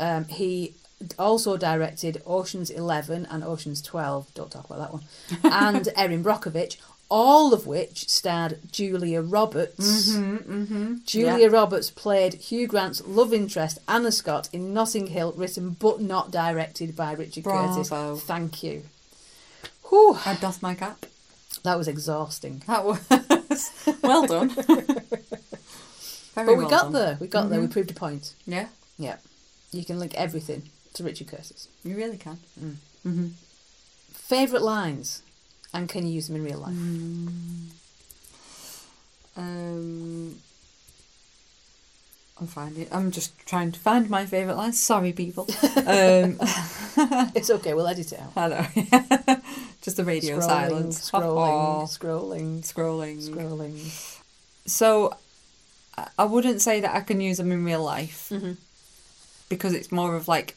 S1: Um, he also directed Ocean's Eleven and Ocean's Twelve. Don't talk about that one. And Erin Brockovich, all of which starred Julia
S2: Mm-hmm.
S1: Roberts. Julia Roberts played Hugh Grant's love interest Anna Scott in Notting Hill, written but not directed by Richard
S2: Bravo.
S1: Curtis. Thank you. Whew,
S2: I doff my cap.
S1: that was exhausting.
S2: That was well done. Very
S1: But we
S2: well
S1: got
S2: done. Mm-hmm.
S1: there. We got there. We proved a point.
S2: Yeah,
S1: Yeah. You can link everything to Richard Curtis.
S2: you really can.
S1: Favourite lines, and can you use them in real life?
S2: Mm. Um, I'm finding. I'm just trying to find my favourite lines. Sorry, people. Um,
S1: It's okay. We'll edit it out.
S2: hello. just the radio
S1: Scrolling,
S2: silence. Mm. Ha
S1: scrolling,
S2: ha.
S1: scrolling,
S2: Scrolling.
S1: scrolling.
S2: So, I- I wouldn't say that I can use them in real life
S1: Mm-hmm.
S2: because it's more of like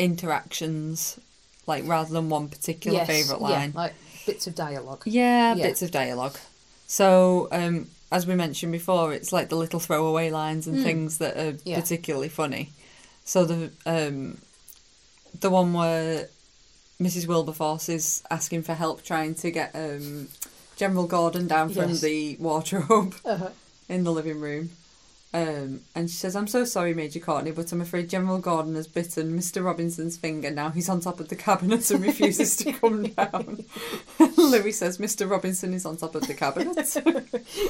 S2: interactions, like rather than one particular
S1: Yes,
S2: favourite line.
S1: Yeah, like bits of dialogue.
S2: Yeah,
S1: Yeah.
S2: bits of dialogue. So, um, as we mentioned before, it's like the little throwaway lines and things that are
S1: Hmm. Yeah.
S2: particularly funny. So the um, the one where Mrs. Wilberforce is asking for help trying to get um, General Gordon down from
S1: Yes.
S2: the wardrobe
S1: Uh-huh.
S2: in the living room. Um, and she says, I'm so sorry, Major Courtney, but I'm afraid General Gordon has bitten Mr. Robinson's finger. Now he's on top of the cabinet and refuses to come down. Louis says, Mr. Robinson is on top of the cabinet.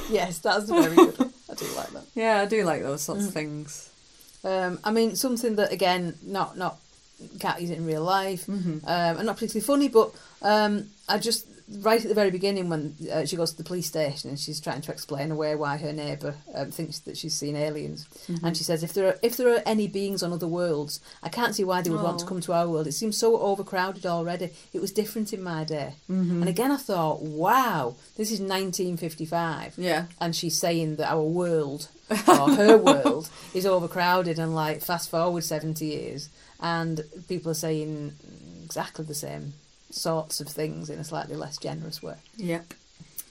S1: Yes, that's very good. one. I do like that.
S2: yeah, I do like those sorts
S1: Mm.
S2: of things.
S1: Um, I mean, something that again, not not can't use it in real life,
S2: Mm-hmm.
S1: um, and not particularly funny. But um, I just right at the very beginning when uh, she goes to the police station and she's trying to explain away why her neighbour um, thinks that she's seen aliens,
S2: Mm-hmm.
S1: and she says if there are if there are any beings on other worlds, I can't see why they would want to
S2: Oh.
S1: come to our world. It seems so overcrowded already. It was different in my day, and again I thought, wow, this is 1955
S2: Yeah.
S1: and she's saying that our world or her world is overcrowded and like fast forward 70 years and people are saying exactly the same sorts of things in a slightly less generous way
S2: Yep.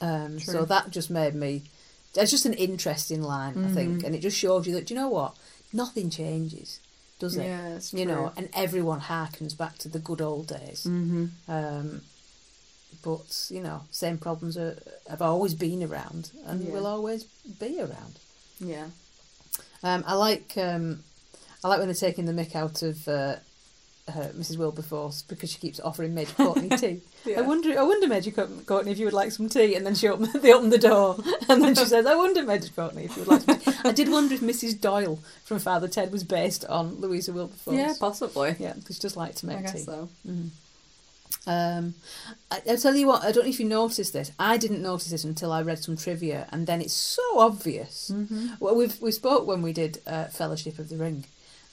S1: um, so
S2: True.
S1: that just made me it's just an interesting line i
S2: Mm-hmm.
S1: think and it just shows you that do you know what nothing changes does it
S2: Yeah, it's
S1: you know
S2: true. Mm. Mm-hmm.
S1: and everyone harkens back to the good old days um, but you know, same problems are, have always been around and
S2: Yeah.
S1: will always be around.
S2: Yeah.
S1: Um, I like um, I like when they're taking the mick out of uh, uh, Mrs. Wilberforce because she keeps offering Major Courtney tea.
S2: Yeah.
S1: I wonder, I wonder, Major Co- Courtney, if you would like some tea. And then she open, they open the door, and then she says, "I wonder, Major Courtney, if you would like some tea." I did wonder if Mrs. Doyle from Father Ted was based on Louisa Wilberforce.
S2: Yeah, possibly.
S1: yeah, because she does like to make
S2: I
S1: tea. Mm-hmm.
S2: guess so.
S1: Um, I, I'll tell you what, I don't know if you noticed this. I didn't notice it until I read some trivia, and then it's so obvious. Well, we've, we spoke when we did uh, Fellowship of the Ring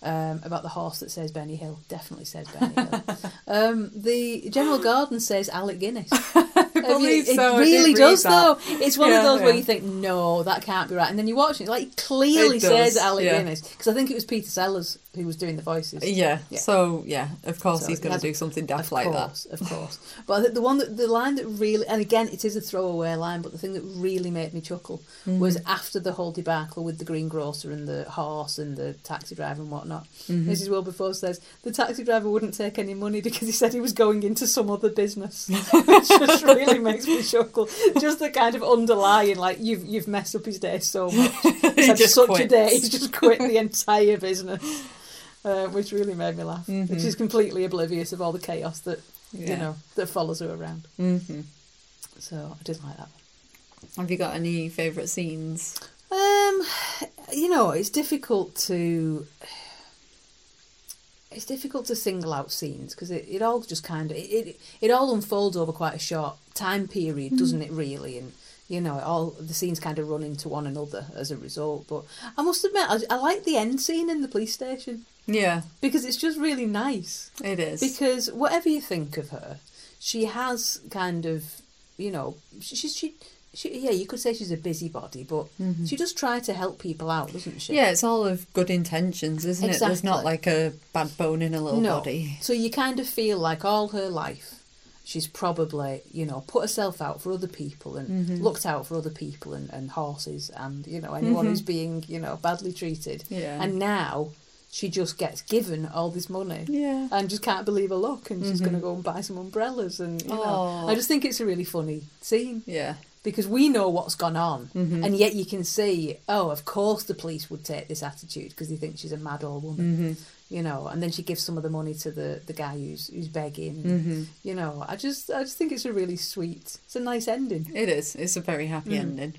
S1: um, about the horse that says Benny Hill. Definitely says Benny Hill. um, the General Garden says Alec Guinness.
S2: I
S1: Have you-
S2: believe
S1: it
S2: so. I did
S1: really
S2: read
S1: does,
S2: that.
S1: though. It's one
S2: Yeah,
S1: of those where
S2: yeah.
S1: you think, no, that can't be right. And then you watch it, like, it clearly
S2: It does,
S1: says Alec
S2: yeah.
S1: Guinness. Because I think it was Peter Sellers who was doing the voices.
S2: Yeah.
S1: Yeah.
S2: So yeah, of course
S1: So
S2: he's
S1: it
S2: going
S1: has-
S2: to do something daft
S1: of
S2: like that.
S1: course, Of course. But I think the one that the line that really and again it is a throwaway line, but the thing that really made me chuckle
S2: Mm.
S1: was after the whole debacle with the greengrocer and the horse and the taxi driver and whatnot.
S2: Mm-hmm.
S1: Mrs. Wilberforce says the taxi driver wouldn't take any money because he said he was going into some other business. Which just really makes me chuckle. Just the kind of underlying like you've you've messed up his day so much. He's
S2: He
S1: had
S2: just
S1: such a
S2: quits.
S1: day he's just quit the entire business. Uh, which really made me laugh.
S2: Mhm.
S1: Which is completely oblivious of all the chaos that you
S2: Yeah.
S1: know that follows her around.
S2: hmm
S1: So I did like that.
S2: Have you got any favourite scenes?
S1: Um, you know, it's difficult to it's difficult to single out scenes because it, it all just kind of it, it it all unfolds over quite a short time period, doesn't it? Really, and you know, it all the scenes kind of run into one another as a result. But I must admit, I, I like the end scene in the police station
S2: Yeah,
S1: because it's just really nice.
S2: it is.
S1: Because whatever you think of her, she has kind of, you know, she, she, she, she yeah, you could say she's a busybody, but she does try to help people out, doesn't she?
S2: Mm-hmm. yeah, it's all of good intentions, isn't it? There's not like a bad bone in a little
S1: no.
S2: body.
S1: So you kind of feel like all her life, she's probably, you know, put herself out for other people and
S2: Mm-hmm.
S1: looked out for other people and, and horses and, you know, anyone who's being, you know, badly treated.
S2: Mm-hmm. Yeah.
S1: And now she just gets given all this money.
S2: Yeah.
S1: and just can't believe her luck and she's going to go and buy some umbrellas and you know
S2: Aw.
S1: i just think it's a really funny scene
S2: Yeah.
S1: because we know what's gone on and yet you can see oh of course the police would take this attitude because they think she's a mad old woman you know and then she gives some of the money to the the guy who's who's begging you know i just i just think it's a really sweet it's a nice ending
S2: It is. It's a very happy
S1: Mm.
S2: ending.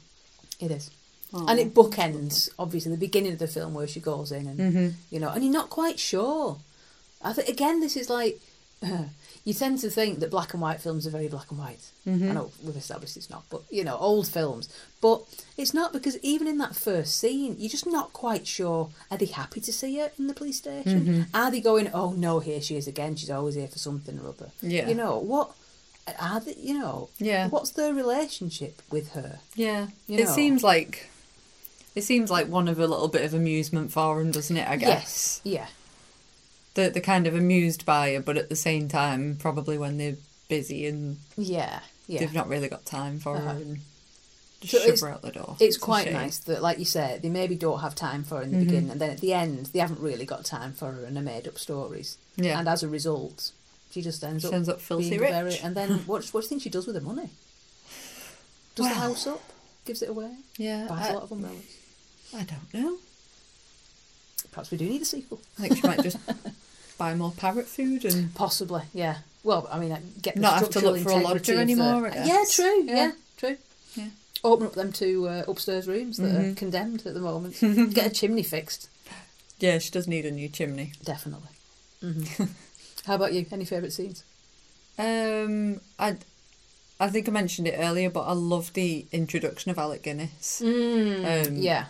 S1: it is
S2: Oh,
S1: and it bookends obviously the beginning of the film where she goes in and
S2: Mm-hmm.
S1: you know and you're not quite sure i think again this is like you tend to think that black and white films are very black and white
S2: Mm-hmm.
S1: i know we've established it's not but you know old films but it's not because even in that first scene you're just not quite sure are they happy to see her in the police station
S2: Mm-hmm.
S1: are they going oh no here she is again she's always here for something or other
S2: Yeah.
S1: you know what are they you know
S2: Yeah.
S1: what's their relationship with her
S2: Yeah.
S1: You
S2: it
S1: know.
S2: seems like it seems like one of a little bit of amusement for him, doesn't it? I guess
S1: yeah
S2: they're, they're kind of amused by her, but at the same time, probably when they're busy and
S1: yeah yeah
S2: they've not really got time for
S1: Uh-huh.
S2: her and just
S1: So
S2: shove
S1: it's-
S2: her out the door.
S1: It's
S2: a
S1: quite
S2: shame. Mm-hmm.
S1: nice that, like you said, they maybe don't have time for her in the beginning, and then at the end, they haven't really got time for her and are made up stories.
S2: Yeah.
S1: And as a result, she just ends
S2: She
S1: up
S2: ends up filthy
S1: being
S2: rich.
S1: very- and then what, what do you think she does with her money? Does the
S2: Well- uh,
S1: house up? Gives it away?
S2: Yeah,
S1: Buys
S2: I,
S1: a lot of umbrellas?
S2: I don't know.
S1: Perhaps we do need a sequel.
S2: I think she might just buy more parrot food and
S1: Possibly, yeah. Well, I mean, I get the
S2: Not have to
S1: structural
S2: look for a lodger
S1: integrity of the-
S2: anymore, I
S1: Yeah,
S2: guess.
S1: true. Yeah,
S2: Yeah.
S1: true.
S2: Yeah. Mm-hmm.
S1: Open up them two uh, upstairs rooms that are condemned at the moment. get a chimney fixed.
S2: yeah, she does need a new chimney.
S1: Definitely. Mm-hmm. How about you? Any favourite scenes?
S2: Um, I I think I mentioned it earlier, but I love the introduction of Alec Guinness. Um,
S1: Yeah,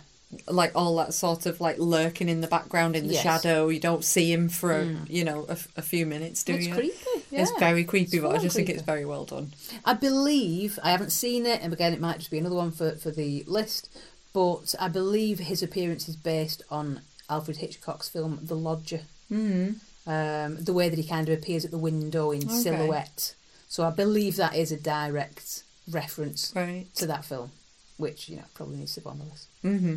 S2: like all that sort of like lurking in the background in the
S1: Yes.
S2: shadow. You don't see him for you know a, f- a few minutes, do
S1: it's
S2: you?
S1: creepy. Yeah.
S2: It's very creepy,
S1: It's
S2: but I
S1: real
S2: just think it's
S1: creepy.
S2: very well done.
S1: I believe I haven't seen it, and again, it might just be another one for for the list. But I believe his appearance is based on Alfred Hitchcock's film The Lodger.
S2: Mm.
S1: Um, the way that he kind of appears at the window in
S2: Okay.
S1: silhouette. So I believe that is a direct reference
S2: Right.
S1: to that film, which you know probably needs to be on the list.
S2: Mm-hmm.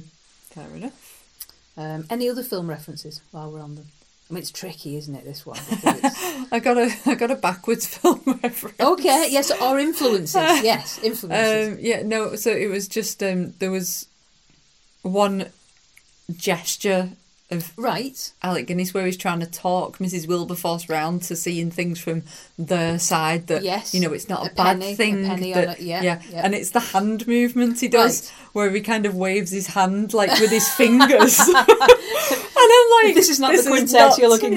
S2: Fair enough.
S1: Um, any other film references while we're on them? I mean, it's tricky, isn't it? This one. because it's-
S2: I got a I got a backwards film reference.
S1: okay. Yes, or influences. Yes, influences.
S2: Um, yeah, no, so it was just um, there was one gesture of
S1: right.
S2: Alec Guinness where he's trying to talk Mrs. Wilberforce round to seeing things from their side that
S1: Yes.
S2: you know it's not a,
S1: A
S2: bad
S1: penny- a
S2: thing.
S1: penny on
S2: that,
S1: a- yeah, yeah.
S2: and it's the hand movement he does where he kind of waves his hand like with his fingers. and I'm like,
S1: This is not the quintet
S2: not-
S1: you're looking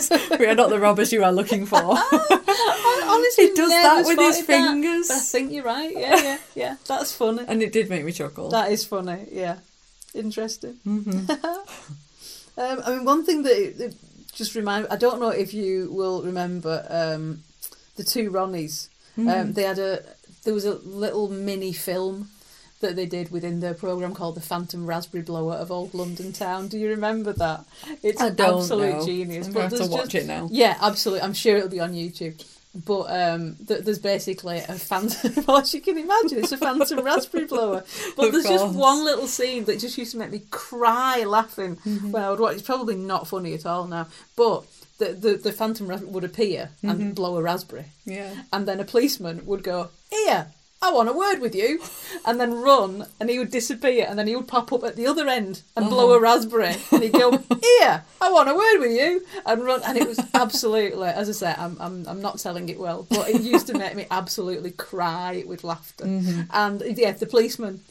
S2: for. we are not the robbers you are looking for.
S1: Honestly,
S2: He does
S1: never
S2: that with his
S1: spotted that,
S2: fingers.
S1: but I think you're right. Yeah, yeah, yeah. That's funny.
S2: and it did make me chuckle. Mm-hmm.
S1: That is funny. Yeah, interesting. um, I mean, one thing that it- it just remind I don't know if you will remember um, the two Ronnies.
S2: Mm-hmm.
S1: Um, they had a there was a little mini film that they did within their program called the Phantom Raspberry Blower of Old London Town. Do you remember that? It's
S2: I don't
S1: absolute
S2: know.
S1: genius.
S2: I'm
S1: but
S2: gonna have to
S1: there's
S2: watch it now.
S1: Yeah, absolutely. I'm sure it'll be on YouTube. But um, th- there's basically a phantom. well, as you can imagine, it's a phantom raspberry blower. But
S2: Of
S1: there's
S2: course.
S1: just one little scene that just used to make me cry laughing
S2: Mm-hmm.
S1: when I would watch. It's probably not funny at all now, but the the, the phantom ras- would appear
S2: Mm-hmm.
S1: and blow a raspberry,
S2: Yeah.
S1: and then a policeman would go here. I want a word with you, and then run, and he would disappear, and then he would pop up at the other end and blow a raspberry, and he'd go, "Here, I want a word with you," and run, and it was absolutely, as I say, I'm, I'm, I'm not telling it well, but it used to make me absolutely cry with laughter, and yeah, the policeman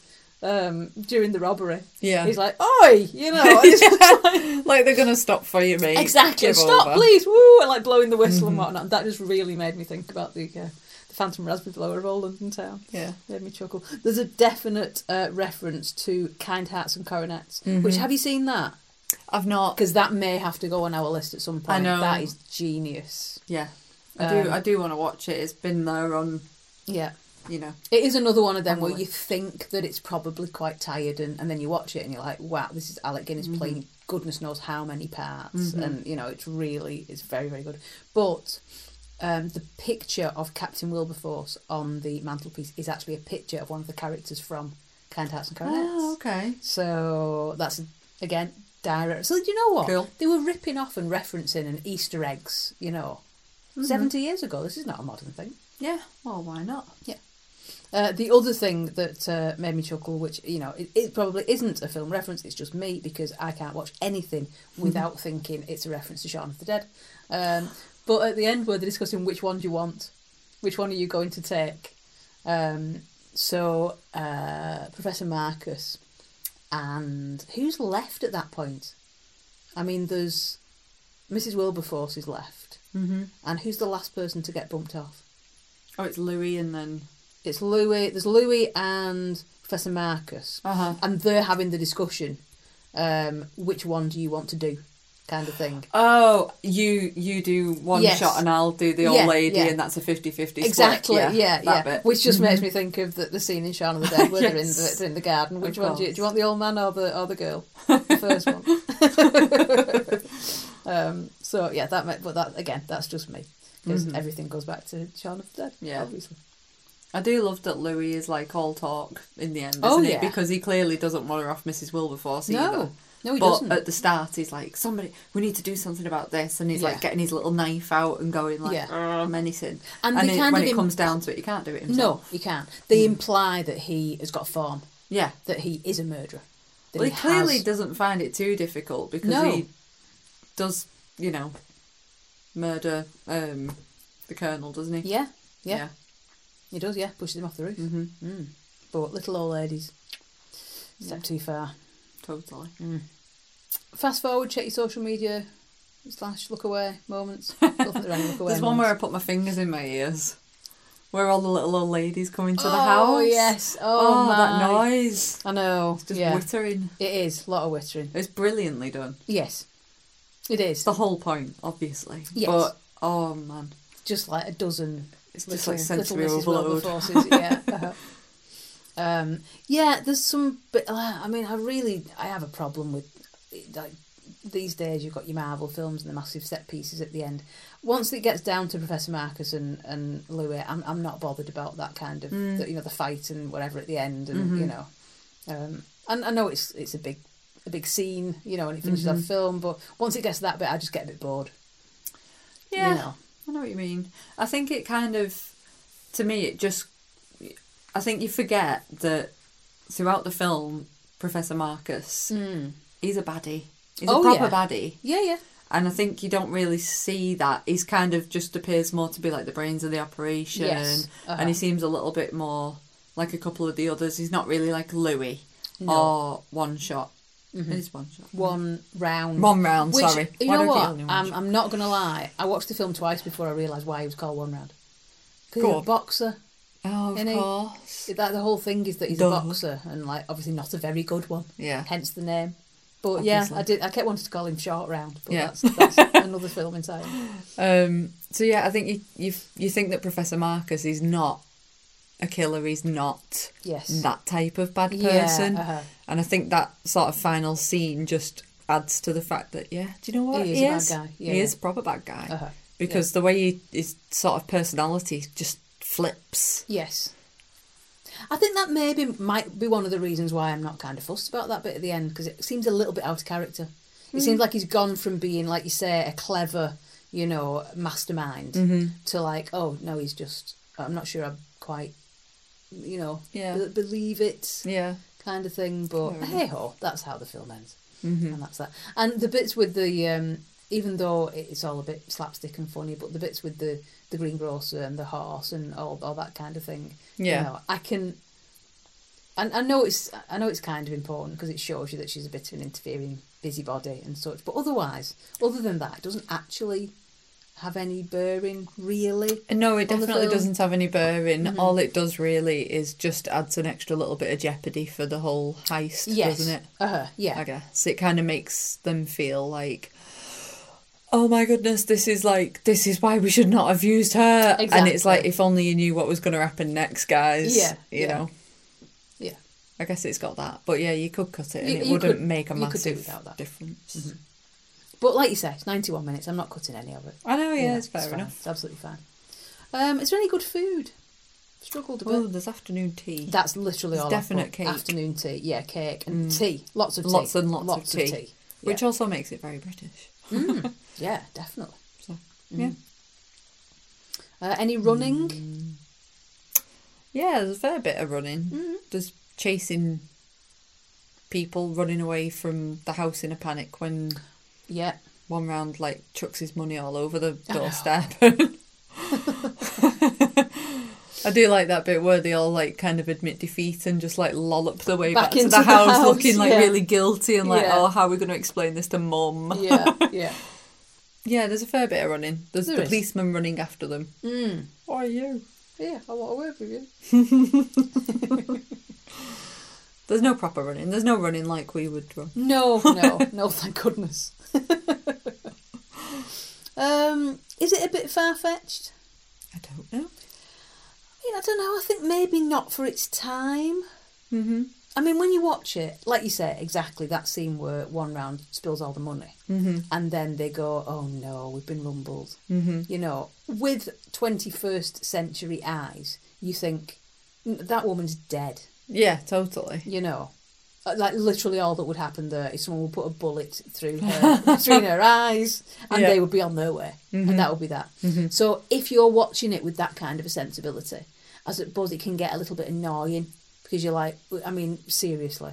S1: um, during the robbery,
S2: Yeah.
S1: he's like, "Oi, you know, it's just like,
S2: Like they're gonna stop for you, mate.
S1: Exactly.
S2: Give
S1: Stop,
S2: over. Mm-hmm.
S1: please. Woo! And like blowing the whistle and whatnot. That just really made me think about the uh, the Phantom Raspberry Blower of Old London Town.
S2: Yeah.
S1: Made me chuckle. There's a definite uh, reference to Kind Hearts and Coronets.
S2: Mm-hmm.
S1: Which have you seen that?
S2: I've not.
S1: Because that may have to go on our list at some point.
S2: know.
S1: That is genius.
S2: Yeah, I do.
S1: Um,
S2: I do want to watch it. It's been there on,
S1: Yeah.
S2: you know.
S1: It is another one of them
S2: On the
S1: where you think that it's probably quite tired, and, and then you watch it and you're like, wow, this is Alec Guinness playing goodness knows how many parts, and you know it's really it's very very good. But um, the picture of Captain Wilberforce on the mantelpiece is actually a picture of one of the characters from Kind Hearts and Coronets.
S2: Oh, okay.
S1: So that's again direct. So do you know what
S2: Cool.
S1: they were ripping off and referencing and Easter eggs? You know, seventy years ago. This is not a modern thing.
S2: Mm-hmm. Yeah. Well, why not?
S1: Uh, the other thing that uh, made me chuckle, which you know, it, it probably isn't a film reference. It's just me because I can't watch anything without thinking it's a reference to Shaun of the Dead. Um, but at the end, where they're discussing which one do you want, which one are you going to take? Um, so uh, Professor Marcus and who's left at that point? I mean, there's Mrs. Wilberforce is left,
S2: Mm-hmm.
S1: and who's the last person to get bumped off?
S2: Oh, it's Louis and then.
S1: It's Louis. There's Louis and Professor Marcus,
S2: Uh huh.
S1: and they're having the discussion. Um, which one do you want to do, kind of thing.
S2: Oh, you you do one
S1: Yes.
S2: shot and I'll do the old
S1: Yeah,
S2: lady,
S1: yeah.
S2: and that's a 50-50
S1: Exactly.
S2: Split.
S1: yeah, yeah.
S2: that bit.
S1: Which just makes me think of the, the scene in Shaun of the Dead where they're, in the,
S2: Yes.
S1: they're in the garden. Which
S2: Of
S1: one do you, do you
S2: course.
S1: want? The old man or the or the girl? The first one. um, so yeah, that. Might, but that again, that's just me because everything goes back to Shaun of the Dead.
S2: Mm-hmm. Yeah.
S1: obviously.
S2: I do love that Louis is like all talk in the end, isn't
S1: Oh,
S2: it?
S1: yeah.
S2: Because he clearly doesn't want her off Mrs. Wilberforce either.
S1: No, no, he
S2: but uh,
S1: doesn't.
S2: at the start, he's like, "Somebody, we need to do something about this," and he's
S1: Yeah.
S2: like getting his little knife out and going like,
S1: Yeah.
S2: "Ah, menacing."
S1: And
S2: And,
S1: they
S2: it-
S1: kind
S2: when
S1: of
S2: it
S1: im-
S2: comes down to it, you can't do it himself.
S1: no, you can't. They
S2: Hmm.
S1: imply that he has got form.
S2: Yeah.
S1: that he is a murderer. That
S2: Well, he, clearly
S1: has-
S2: doesn't find it too difficult because
S1: No.
S2: he does, you know, murder um, the colonel, doesn't he?
S1: Yeah, yeah, he does. Yeah, pushes him off the roof. Mm-hmm.
S2: Hmm.
S1: Mm. But little old ladies step too far.
S2: totally.
S1: Fast forward, check your social media slash look away moments. Don't think there are any look away
S2: There's one where I
S1: moments.
S2: put my fingers in my ears, where all the little old ladies come into the
S1: Oh
S2: house.
S1: yes, oh,
S2: Oh,
S1: my.
S2: that noise!
S1: I know.
S2: Just
S1: yeah,
S2: whittering.
S1: it is a lot of whittering.
S2: It's brilliantly done.
S1: Yes, it is.
S2: It's the whole point, obviously.
S1: Yes.
S2: But oh man,
S1: Just like a dozen
S2: it's just like
S1: Little-
S2: sensory
S1: Little Mrs.
S2: overload.
S1: Wilberforces, yeah. Uh-huh. um, yeah, there's some. But uh, I mean, I really, I have a problem with like these days. You've got your Marvel films and the massive set pieces at the end. Once it gets down to Professor Marcus and and Louis, I'm I'm not bothered about that kind of
S2: Mm. Mm-hmm.
S1: the, you know the fight and whatever at the end and you know, um, and I know it's it's a big a big scene, you know, and it
S2: Mm-hmm.
S1: finishes off film. But once it gets to that bit, I just get a bit bored.
S2: Yeah,
S1: know.
S2: I know what you mean. I think it kind of, to me, it just, I think you forget that throughout the film, Professor Marcus, he's a baddie. He's
S1: Mm. Oh,
S2: a proper
S1: yeah.
S2: baddie.
S1: Yeah, yeah.
S2: And I think you don't really see that. He's kind of just appears more to be like the brains of the operation.
S1: Yes, uh-huh.
S2: And he seems a little bit more like a couple of the others. He's not really like Louis or One Shot. It is One Shot.
S1: Mm-hmm. One round.
S2: One round,
S1: Which,
S2: sorry.
S1: You
S2: Why
S1: know
S2: do I keep
S1: what? Um,
S2: calling him One
S1: I'm,
S2: Shot?
S1: I'm not going to lie. I watched the film twice before I realised why he was called One Round. Because
S2: Go
S1: he's a
S2: on.
S1: boxer.
S2: Oh,
S1: And
S2: of
S1: he-
S2: course.
S1: That, the whole thing is that he's
S2: Duh.
S1: a boxer and, like, obviously not a very good one.
S2: Yeah.
S1: Hence the name. But yeah,
S2: Obviously.
S1: I did. I kept wanting to call him Short Round, but
S2: Yeah.
S1: that's, that's another film entirely.
S2: Um, so yeah, I think you you you think that Professor Marcus is not a killer. He's not
S1: Yes.
S2: that type of bad
S1: Yeah,
S2: person.
S1: uh-huh.
S2: And I think that sort of final scene just adds to the fact that yeah, do you know what
S1: He is a bad guy,
S2: He
S1: yeah.
S2: is a proper bad guy
S1: Uh-huh,
S2: because the way he, his sort of personality just flips.
S1: Yes. I think that maybe might be one of the reasons why I'm not kind of fussed about that bit at the end because it seems a little bit out of character. It seems like he's gone from being, like you say, a clever, you know, mastermind to like, oh no, he's just. I'm not sure. I'm quite, you know,
S2: Yeah.
S1: be- believe it
S2: Yeah.
S1: kind of thing. But hey ho, that's how the film ends, mm-hmm. and that's that. And the bits with the um, even though it- it's all a bit slapstick and funny, but the bits with the the greengrocer and the horse and all all that kind of thing.
S2: Yeah.
S1: you know, I can. And I know it's I know it's kind of important because it shows you that she's a bit of an interfering busybody and such. But otherwise, other than that, it doesn't actually have any bearing really.
S2: And No, it
S1: on the
S2: definitely
S1: film. Mm-hmm.
S2: doesn't have any bearing. All it does really is just adds an extra little bit of jeopardy for the whole heist,
S1: Yes,
S2: doesn't it?
S1: Uh-huh, yeah.
S2: I guess it kind of makes them feel like, oh my goodness, this is like this is why we should not have used her. And it's like
S1: Exactly.
S2: if only you knew what was going to happen next, guys.
S1: Yeah,
S2: you
S1: yeah.
S2: know.
S1: Yeah.
S2: I guess it's got that, but yeah, you could cut it, and
S1: You-
S2: it
S1: you
S2: wouldn't
S1: could-
S2: make a
S1: you could do
S2: massive
S1: without that. Mm-hmm.
S2: difference.
S1: But like you say, it's 91 minutes. I'm not cutting any of it.
S2: I know, yeah,
S1: know,
S2: it's fair
S1: fine.
S2: enough.
S1: It's absolutely fine. Um, is there any good food? Struggled a bit.
S2: Oh, there's afternoon tea.
S1: That's literally
S2: There's
S1: all. I've
S2: definite
S1: put.
S2: cake.
S1: Afternoon tea, yeah, cake and tea. Lots of tea.
S2: Mm. lots and lots, of tea,
S1: Yeah. Mm.
S2: which also makes it very British.
S1: yeah, definitely.
S2: So yeah,
S1: Uh, any
S2: Mm.
S1: running?
S2: yeah, there's a fair bit of running.
S1: Mm-hmm.
S2: There's chasing people running away from the house in a panic when
S1: Yeah.
S2: one round like chucks his money all over the
S1: I know.
S2: doorstep. I do like that bit where they all like kind of admit defeat and just like lollop their way
S1: Back
S2: back, to
S1: into
S2: the,
S1: the
S2: house,
S1: house,
S2: looking like
S1: yeah.
S2: really guilty and like,
S1: Yeah.
S2: oh, how are we going to explain this to mum?
S1: Yeah, yeah.
S2: Yeah, there's a fair bit of running. There's
S1: There
S2: the
S1: is.
S2: policeman running after them.
S1: Mm.
S2: Why are you?
S1: Yeah, I want a word with you.
S2: There's no proper running. There's no running like we would run.
S1: No, no, no, thank goodness. um, is it a bit far fetched?
S2: I don't know.
S1: I don't know. I think maybe not for its time.
S2: Mm-hmm.
S1: I mean, when you watch it, like you say, exactly that scene where one round spills all the money, and then they go, "Oh no, we've been rumbled." You know, with twenty-first century eyes, you think "N- that woman's dead.
S2: Yeah, totally.
S1: You know, Uh, like literally all that would happen there is someone would put a bullet through her, between her eyes, and
S2: Yeah. Mm-hmm.
S1: they would be on their way, and that would be that. So if you're watching it with that kind of a sensibility, I suppose it can get a little bit annoying because you're like, I mean, seriously.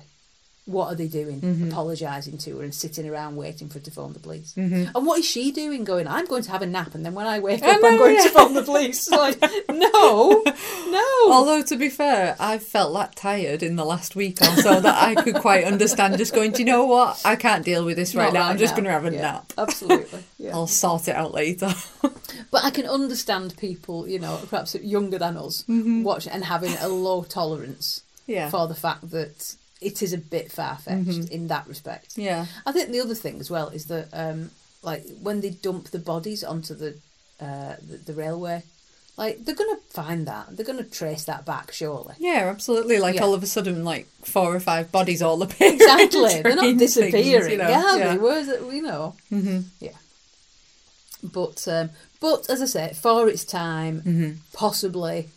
S1: What are they doing?
S2: Mm-hmm.
S1: Apologising to her and sitting around waiting for her to phone the police.
S2: Mm-hmm.
S1: And what is she doing? Going, I'm going to have a nap, and then when I wake up,
S2: know,
S1: I'm going
S2: yeah.
S1: to phone the police. Like, no, no.
S2: Although to be fair, I've felt that tired in the last week or so that I could quite understand just going. Do you know what? I can't deal with this right
S1: Not
S2: now. I'm just
S1: now.
S2: going to have a
S1: Yeah,
S2: nap.
S1: Absolutely. Yeah.
S2: I'll sort it out later.
S1: But I can understand people, you know, perhaps younger than us, watching and having a low tolerance
S2: yeah.
S1: for the fact that it is a bit far fetched in that respect.
S2: Yeah.
S1: I think the other thing as well is that, um, like, when they dump the bodies onto the uh, the, the railway, like they're going to find that. They're going to trace that back, surely.
S2: Yeah, absolutely. Like
S1: Yeah.
S2: all of a sudden, like four or five bodies all appear.
S1: Exactly. They're not
S2: Strange things, you
S1: disappearing.
S2: know,
S1: yeah,
S2: yeah. Mm-hmm.
S1: they were. that- You know. Yeah. But um, but as I say, for its time,
S2: Mm-hmm.
S1: possibly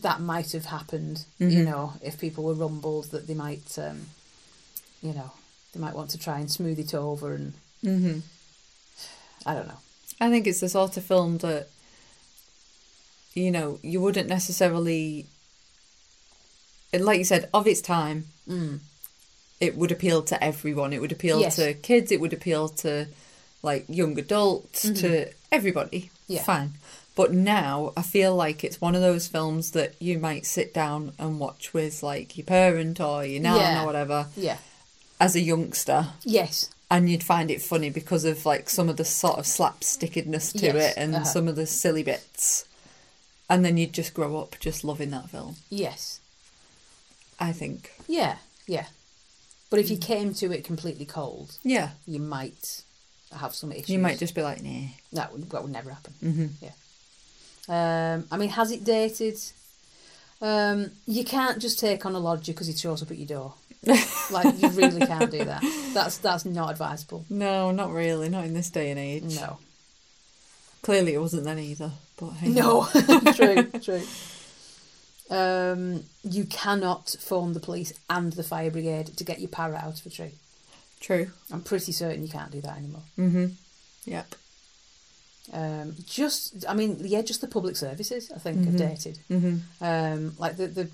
S1: that might
S2: Mm-hmm.
S1: have happened. You know, if people were rumbled, that they might, um, you know, They might want to try and smooth it over and.
S2: Mm-hmm.
S1: I don't know.
S2: I think it's the sort of film that, you know, you wouldn't necessarily, and like you said, of its time, it would appeal to everyone. It would appeal
S1: Hmm. Yes.
S2: to kids. It would appeal to, like, young adults, to everybody.
S1: Mm-hmm. Yeah.
S2: Fine. But now I feel like it's one of those films that you might sit down and watch with, like, your parent or your nan
S1: Yeah.
S2: or whatever
S1: Yeah.
S2: as a youngster
S1: Yes.
S2: and you'd find it funny because of like some of the sort of slapstickedness to
S1: Yes,
S2: it and
S1: uh-huh.
S2: some of the silly bits and then you'd just grow up just loving that film
S1: Yes.
S2: i think
S1: Yeah. Yeah. But
S2: Mm.
S1: if you came to it completely cold,
S2: yeah
S1: you might have some issues.
S2: you might just be like nah
S1: That would, that would never happen. Mm-hmm. Yeah. Um, I mean, has it dated? Um, you can't just take on a lodger because he shows up at your door. like you really can't do that. That's that's not advisable.
S2: no not really not in this day and age
S1: No.
S2: clearly it wasn't then either but hey
S1: No. true. True. Um, you cannot phone the police and the fire brigade to get your parrot out of a tree.
S2: true Mm-hmm.
S1: I'm pretty certain you can't do that anymore.
S2: yep
S1: um, just I mean yeah just the public services I think have dated
S2: Mm-hmm.
S1: um, like the the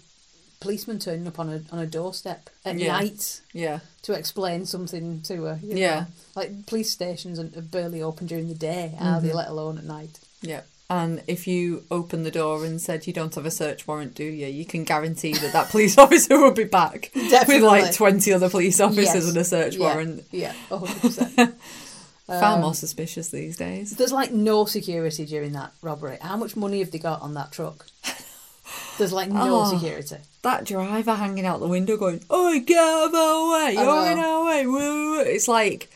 S1: policeman turning up on a on a doorstep at
S2: Yeah.
S1: night
S2: yeah
S1: to explain something to her you know.
S2: Yeah.
S1: like police stations are are barely open during the day are
S2: Mm-hmm.
S1: they let alone at night
S2: yep and if you open the door and said you don't have a search warrant, do you? You can guarantee that that police officer will be back
S1: Definitely.
S2: with like twenty other police officers
S1: Yes.
S2: and a search
S1: yeah
S2: warrant.
S1: yeah 100%.
S2: Far more suspicious these days.
S1: Um, there's like no security during that robbery how much money have they got on that truck there's like no
S2: Oh.
S1: security
S2: that driver hanging out the window going, Oi, get out of our way, you're
S1: know.
S2: in our way, woo. woo." It's like,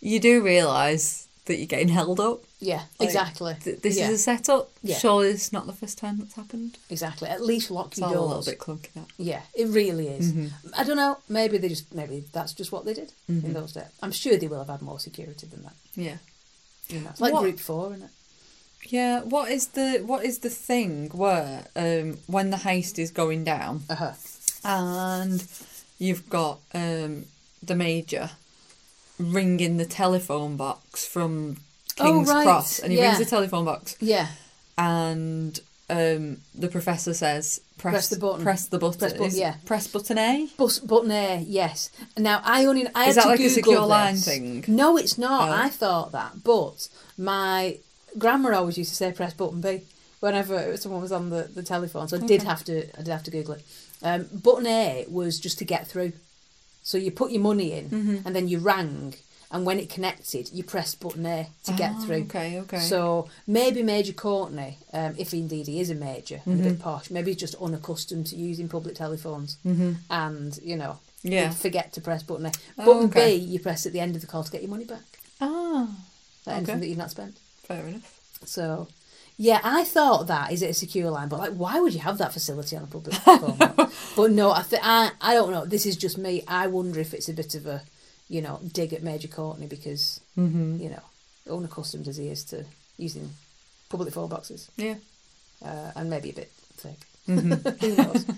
S2: you do realise that you're getting held up.
S1: yeah
S2: Like,
S1: exactly
S2: Th- this
S1: yeah,
S2: is a setup.
S1: Yeah.
S2: Surely it's not the first time that's happened.
S1: exactly at least lock
S2: It's
S1: your
S2: all a little
S1: doors
S2: bit clunky, that.
S1: Yeah, it really is.
S2: Mm-hmm.
S1: I don't know. Maybe they just maybe that's just what they did in those days. I'm sure they will have had more security than that.
S2: Yeah.
S1: You know, it's like
S2: What-
S1: Group Four, isn't it?
S2: Yeah, what is the what is the thing where um when the heist is going down
S1: Uh-huh.
S2: and you've got um the major ringing the telephone box from
S1: Oh,
S2: King's
S1: right,
S2: Cross and he
S1: yeah.
S2: rings the telephone box
S1: Yeah,
S2: and um, the professor says, press,
S1: the button.
S2: Press the button.
S1: Press button,
S2: Is-
S1: yeah.
S2: Press button A.
S1: Bus, button A, yes. Now I only I
S2: Is
S1: had
S2: that
S1: to
S2: like a
S1: Google
S2: secure line
S1: this.
S2: thing?
S1: No, it's not.
S2: Oh.
S1: I thought that, but my grandma always used to say press button B whenever someone was on the, the telephone. So I did have to I did have to Google it. Um, button A was just to get through. So you put your money in
S2: Mm-hmm.
S1: and then you rang, and when it connected, you pressed button A to get
S2: Ah,
S1: through.
S2: okay, okay.
S1: So maybe Major Courtney, um, if indeed he is a major and
S2: Mm-hmm.
S1: a bit posh, maybe he's just unaccustomed to using public telephones and, you know,
S2: Mm-hmm. Yeah.
S1: he'd forget to press button A.
S2: Oh,
S1: Button
S2: okay.
S1: B, you press at the end of the call to get your money back,
S2: Ah,
S1: like
S2: Okay.
S1: anything that you've not spent.
S2: fair enough.
S1: So, yeah, I thought that is it a secure line, but like, why would you have that facility on a public phone? line? but no, I, th- I I don't know. This is just me. I wonder if it's a bit of a, you know, dig at Major Courtney because you know, unaccustomed as he is to using public phone boxes,
S2: Yeah.
S1: uh, and maybe a bit fake.
S2: Mm-hmm.
S1: Who knows?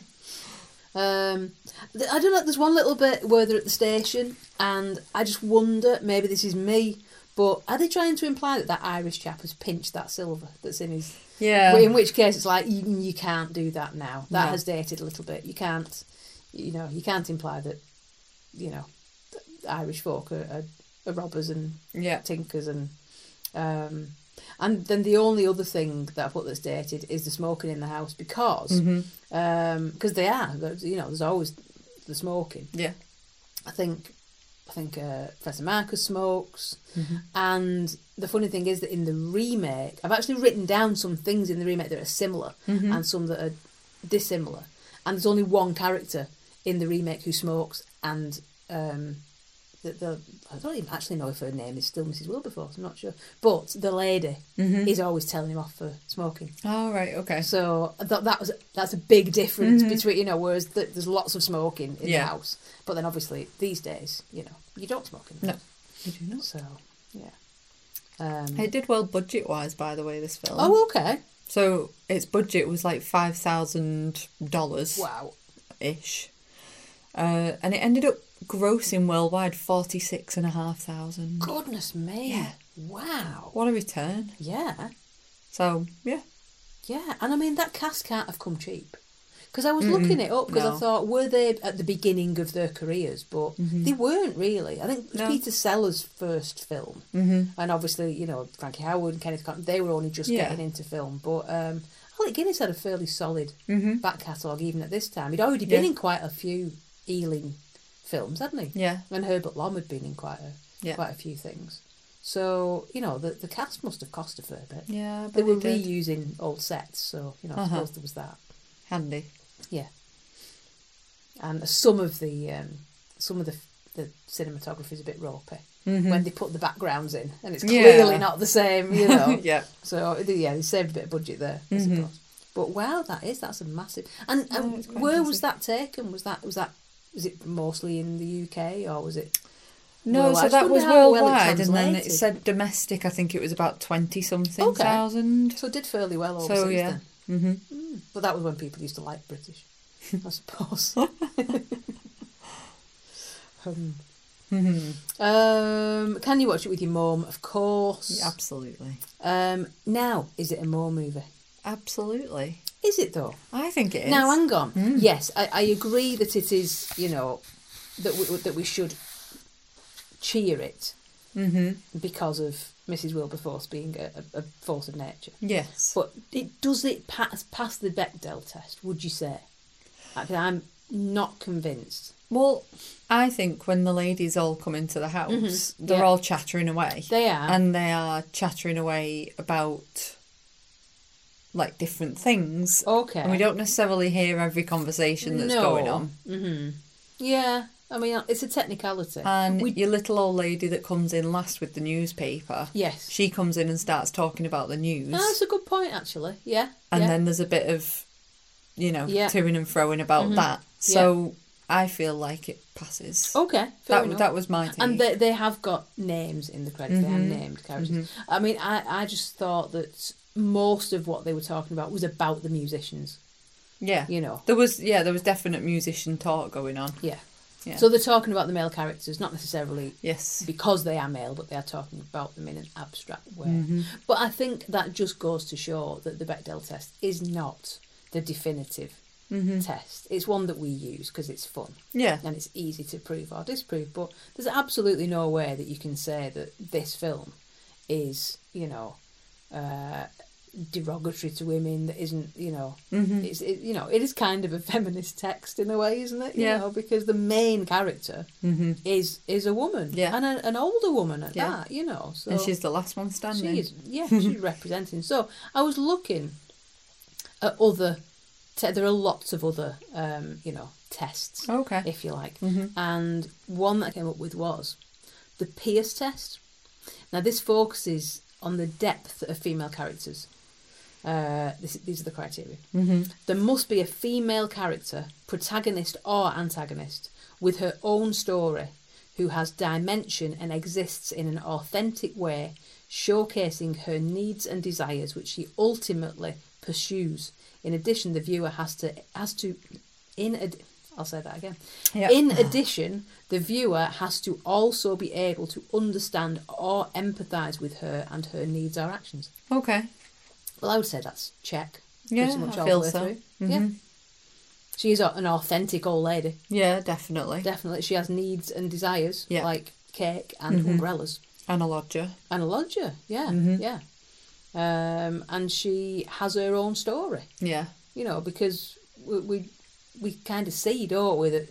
S1: Um, th- I don't know. There's one little bit where they're at the station, and I just wonder. Maybe this is me, but are they trying to imply that that Irish chap has pinched that silver that's in his?
S2: Yeah.
S1: In which case, it's like you, you can't do that now. That
S2: No.
S1: has dated a little bit. You can't, you know, you can't imply that, you know, th- Irish folk are, are, are robbers and
S2: yeah.
S1: tinkers and. Um, and then the only other thing that I put that's dated is the smoking in the house because um 'cause they are there's- you know there's always the smoking
S2: Yeah.
S1: i think i think uh, professor marcus smokes
S2: Mm-hmm.
S1: and the funny thing is that in the remake i've actually written down some things in the remake that are similar
S2: Mm-hmm.
S1: and some that are dissimilar and there's only one character in the remake who smokes and um the, the, I don't even actually know if her name is still Mrs. Wilberforce, I'm not sure. But the lady is always telling him off for smoking.
S2: Mm-hmm. All right. Okay.
S1: So that that was that's a big difference between you know whereas th there's lots of smoking in
S2: Mm-hmm. Yeah.
S1: the house, but then obviously these days you know you don't smoke in the
S2: No.
S1: house.
S2: You do not.
S1: So yeah. Um,
S2: It did well budget wise, by the way. This film.
S1: oh okay.
S2: So its budget was like five thousand dollars
S1: Wow.
S2: ish, uh, and it ended up grossing worldwide forty six and a half thousand.
S1: Goodness me.
S2: Yeah.
S1: Wow.
S2: What a return!
S1: Yeah.
S2: So yeah,
S1: Yeah. And I mean, that cast can't have come cheap. Because I was looking it up because I
S2: no.
S1: thought, were they at the beginning of their careers? But they weren't really. I think it was
S2: Mm-hmm. No. Mm-hmm.
S1: Peter Sellers' first film. And obviously, you know, Frankie Howard and Kenneth Cotton, they were only just
S2: Yeah.
S1: getting into film. But um, Alec Guinness had a fairly solid back catalogue even at this time. He'd already been
S2: Mm-hmm. Yeah.
S1: in quite a few Ealing films, hadn't he?
S2: yeah,
S1: And Herbert Lom had been in quite a
S2: Yeah.
S1: quite a few things. So you know the the cast must have cost a fair bit.
S2: yeah.
S1: they
S2: but
S1: were
S2: it did.
S1: reusing old sets, so you know I
S2: Uh-huh.
S1: suppose there was that.
S2: handy.
S1: Yeah, and some of the um, some of the the cinematography is a bit ropey when they put the backgrounds in, and it's
S2: Mm-hmm. Yeah.
S1: clearly not the same. You know.
S2: yeah, Mm-hmm.
S1: So they- yeah, they saved a bit of budget there, I suppose. But wow, that is that's a massive. And, and
S2: it's quite
S1: where was that taken? Was that was that was it mostly in the UK or was it?
S2: no.
S1: Well, I
S2: so
S1: just
S2: that
S1: wonder
S2: was
S1: how well it
S2: worldwide, and then it
S1: translated.
S2: said domestic. I think it was about twenty something
S1: Okay.
S2: thousand. Mm-hmm.
S1: So it did fairly well overseas
S2: So yeah,
S1: then. Mm. But that was when people used to like British, I suppose. um,
S2: Mm-hmm.
S1: um, can you watch it with your mum? Of course.
S2: Yeah, absolutely,
S1: Um, now, is it a more movie?
S2: absolutely.
S1: Is it though?
S2: I think it is.
S1: Now, hang on. Yes, I, I agree that it is. You know, that we, that we should cheer it because of Mrs. Wilberforce being a, a, a force of nature.
S2: yes,
S1: But it does it pass pass the Bechdel test? Would you say? Like, I'm not convinced.
S2: Well, I think when the ladies all come into the house, they're
S1: Mm-hmm. yeah.
S2: all chattering away.
S1: They are.
S2: And they are chattering away about like different things.
S1: Okay.
S2: And we don't necessarily hear every conversation that's
S1: Oh, No.
S2: going on.
S1: Yeah, I mean it's a technicality.
S2: And your little old lady that comes in last with the newspaper,
S1: yes,
S2: she comes in and starts talking about the news.
S1: no, that's a good point actually. Yeah,
S2: and
S1: yeah.
S2: then there's a bit of, you know,
S1: Yeah. Mm-hmm.
S2: to and froing about that. So I feel like it passes.
S1: okay, Oh, fair
S2: that,
S1: enough.
S2: that was my take.
S1: and they, they have got names in the credits. They
S2: Mm-hmm.
S1: have named characters. I mean, I, I just thought that most of what they were talking about was about the musicians.
S2: Yeah.
S1: You know.
S2: There was yeah, there was definite musician talk going on.
S1: Yeah.
S2: Yeah.
S1: So they're talking about the male characters, not necessarily
S2: Yes.
S1: because they are male, but they are talking about them in an abstract way. But I think that just goes to show that the Bechdel test is not the definitive test. It's one that we use because it's fun
S2: Yeah.
S1: and it's easy to prove or disprove. But there's absolutely no way that you can say that this film is, you know, uh, derogatory to women. That isn't, you know,
S2: Mm-hmm.
S1: it's it, you know, it is kind of a feminist text in a way, isn't it? You
S2: Yeah. Mm-hmm.
S1: know, because the main character is is a woman,
S2: Yeah.
S1: and a, an older woman at
S2: Yeah.
S1: that. You know, so
S2: And she's the last one standing.
S1: she is, yeah, she's representing. So I was looking at other. Te- there are lots of other, um, you know, tests
S2: Okay.
S1: if you like. And one that I came up with was the Pierce test. Now, this focuses on the depth of female characters. Uh, this, these are the criteria. There must be a female character, protagonist or antagonist, with her own story, who has dimension and exists in an authentic way, showcasing her needs and desires, which she ultimately pursues. In addition, the viewer has to has to in ad- I'll say that again.
S2: Yeah.
S1: In addition, the viewer has to also be able to understand or empathise with her and her needs or actions.
S2: Okay.
S1: Well, I would say that's check.
S2: Yeah,
S1: pretty much
S2: I
S1: all
S2: feel
S1: the way
S2: so. Mm-hmm.
S1: through. Yeah. She is a- an authentic old lady.
S2: Yeah, definitely.
S1: Definitely, she has needs and desires
S2: Yeah. Mm-hmm.
S1: like cake and umbrellas
S2: And a lodger.
S1: and a lodger. Yeah,
S2: Mm-hmm.
S1: yeah. Um, and she has her own story.
S2: Yeah.
S1: you know, because we we, we kind of see, don't we, that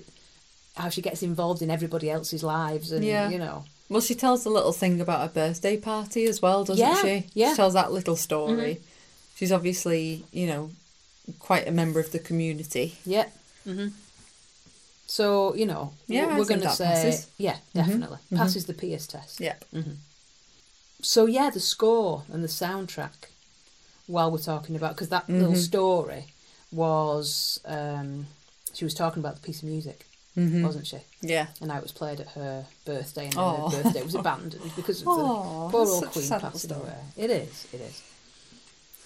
S1: how she gets involved in everybody else's lives, and
S2: Yeah.
S1: you know,
S2: Well, she tells the little thing about her birthday party as well, doesn't
S1: Yeah,
S2: she?
S1: yeah. Mm-hmm.
S2: She tells that little story. She's obviously, you know, quite a member of the community.
S1: yeah. hmm So you know,
S2: Mm-hmm. Yeah, I
S1: we're
S2: think
S1: going to
S2: that
S1: say,
S2: passes. Mm-hmm.
S1: yeah, definitely passes the Pierce test.
S2: Yep.
S1: So yeah, the score and the soundtrack. While we're talking about, because that little
S2: Mm-hmm.
S1: story was, um, she was talking about the piece of music,
S2: Mm-hmm.
S1: wasn't she?
S2: Yeah.
S1: and how it was played at her birthday, and
S2: Aw.
S1: her birthday was abandoned because of the
S2: Aw,
S1: poor
S2: that's
S1: old
S2: such a
S1: queen
S2: sad
S1: passing
S2: story.
S1: away. It is, it is.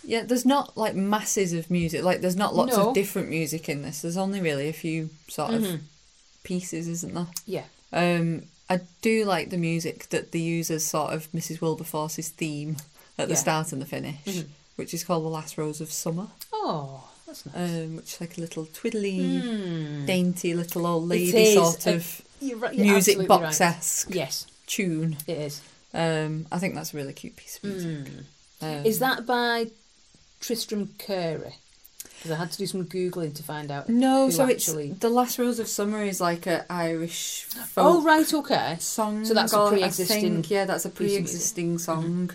S2: Yeah, there's not like masses of music. Like there's not lots
S1: No. Mm-hmm.
S2: of different music in this. There's only really a few sort of pieces, isn't there?
S1: Yeah.
S2: Um, I do like the music that they use as sort of Mrs. Wilberforce's theme at the
S1: Yeah. Mm-hmm.
S2: start and the finish, which is called The Last Rose of Summer,
S1: Oh, that's nice.
S2: um, which is like a little twiddly, dainty little old
S1: Mm. is
S2: lady sort
S1: a-
S2: of
S1: Hmm. You're right- you're
S2: music
S1: absolutely
S2: box
S1: right.
S2: esque
S1: Yes,
S2: tune.
S1: it is.
S2: Um, I think that's a really cute piece of music. Um,
S1: Hmm. Mm. Is that by Tristram Curry? Because I had to do some googling to find out.
S2: no,
S1: who
S2: so
S1: actually-
S2: it's The Last Rose of Summer is like a Irish folk
S1: Oh right, okay.
S2: song.
S1: So that's a
S2: or
S1: pre-existing
S2: I think, yeah, that's a
S1: of music. Mm-hmm.
S2: pre-existing song.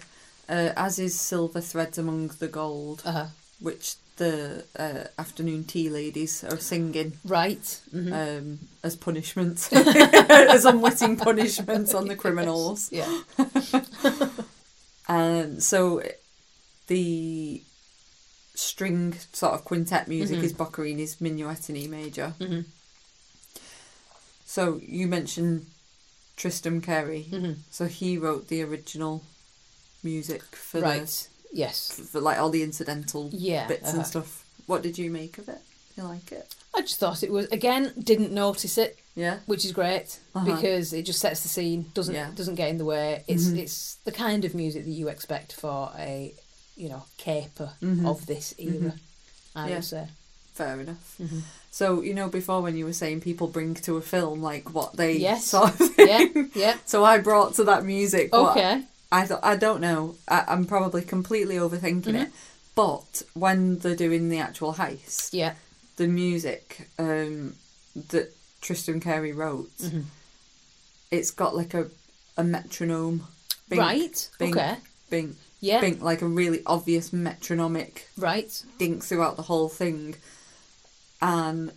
S2: Uh, as is Silver Threads Among the Gold,
S1: Uh huh.
S2: which the uh, afternoon tea ladies are singing
S1: Right. hmm
S2: um, as punishment, as unwitting punishment on the criminals.
S1: Yeah.
S2: And so the string sort of quintet music
S1: Mm-hmm.
S2: is Boccherini's Minuet in E major.
S1: Mhm.
S2: So you mentioned Tristram Carey.
S1: Mhm.
S2: So he wrote the original music for
S1: Right. Yes.
S2: the for like all the incidental
S1: Yeah.
S2: bits
S1: uh-huh.
S2: and stuff. What did you make of it? You like it?
S1: I just thought it was again. Didn't notice it,
S2: Yeah.
S1: which is great
S2: Uh-huh.
S1: because it just sets the scene. Doesn't
S2: Yeah.
S1: doesn't get in the way. It's
S2: Mhm.
S1: it's the kind of music that you expect for a you know caper
S2: Mhm.
S1: of this era. I
S2: Yeah. Mm-hmm.
S1: would say.
S2: Fair enough.
S1: Mhm.
S2: So you know before when you were saying people bring to a film like what they
S1: Yes.
S2: sort of
S1: Yeah. Yeah.
S2: So I brought to that music what
S1: Okay.
S2: I thought I don't know. I, I'm probably completely overthinking
S1: Mm-hmm.
S2: it. But when they're doing the actual heist,
S1: Yeah.
S2: the music um, that Tristan Carey wrote,
S1: Mm.
S2: it's got like a a metronome. Bink,
S1: right.
S2: bink,
S1: okay.
S2: Bink,
S1: Yeah.
S2: bink, like a really obvious metronomic
S1: Right.
S2: dink throughout the whole thing. And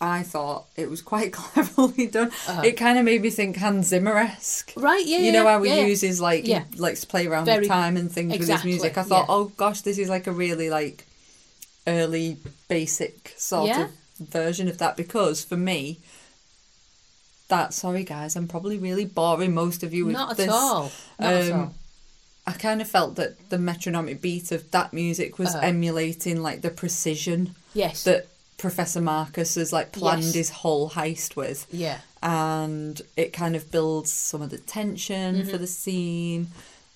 S2: I thought it was quite cleverly done.
S1: Uh-huh.
S2: It kind of made me think Hans Zimmer esque
S1: Right. Yeah.
S2: you know
S1: yeah,
S2: how he
S1: yeah.
S2: uses like
S1: Yeah.
S2: he likes to play around
S1: Very-
S2: with time and things
S1: Exactly,
S2: with his music. I thought,
S1: yeah.
S2: oh gosh, this is like a really like early basic sort
S1: Yeah.
S2: of version of that because for me that sorry guys, I'm probably really boring most of you with
S1: Not at
S2: this.
S1: all. Not at
S2: um,
S1: all.
S2: I kind of felt that the metronomic beat of that music was
S1: Uh-huh.
S2: emulating like the precision
S1: Yes.
S2: that Professor Marcus has like planned
S1: Yes.
S2: his whole heist with
S1: yeah.
S2: and it kind of builds some of the tension
S1: Mm-hmm.
S2: for the scene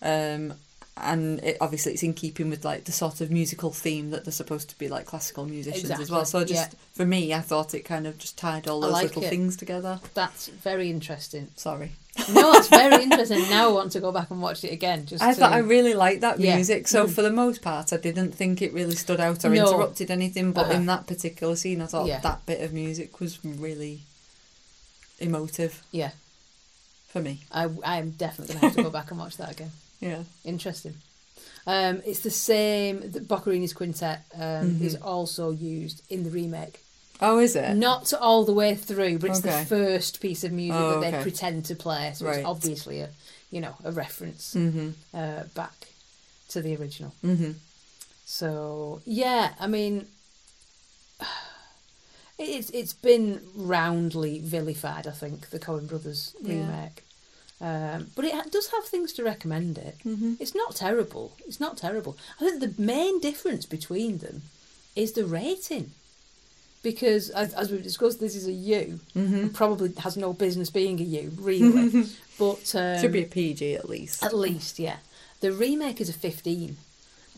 S2: um and it, obviously it's in keeping with like the sort of musical theme that they're supposed to be like classical musicians as well so I
S1: Exactly,
S2: just for me i thought it kind of just tied all
S1: I
S2: those
S1: like
S2: little
S1: it.
S2: things together
S1: That's very interesting.
S2: sorry
S1: No, it's very interesting. Now I want to go back and watch it again. Just
S2: i
S1: to...
S2: thought i really liked that
S1: Yeah. Mm.
S2: music so for the most part i didn't think it really stood out or
S1: No.
S2: interrupted anything but
S1: Uh-huh.
S2: in that particular scene i thought
S1: Yeah.
S2: that bit of music was really emotive
S1: yeah,
S2: for me
S1: I I am definitely going to have to go back and watch that again.
S2: yeah
S1: Interesting. Um, it's the same. that Boccherini's quintet um,
S2: Mm-hmm.
S1: is also used in the remake.
S2: oh is it
S1: Not all the way through, but it's
S2: Okay.
S1: the first piece of music
S2: Oh,
S1: that they
S2: okay.
S1: pretend to play. So
S2: Right.
S1: it's obviously a you know a reference
S2: mm-hmm
S1: uh, back to the original.
S2: mm-hmm
S1: So yeah, I mean, it's it's been roundly vilified. I think the Coen Brothers
S2: Yeah.
S1: remake, um, but it ha- does have things to recommend it.
S2: mm-hmm
S1: It's not terrible. It's not terrible. I think the main difference between them is the rating, because as, as we've discussed, this is a U.
S2: Mm-hmm.
S1: and Probably has no business being a U, really. but um, uh,
S2: Should be a PG at least.
S1: at least, yeah. The remake is a 15,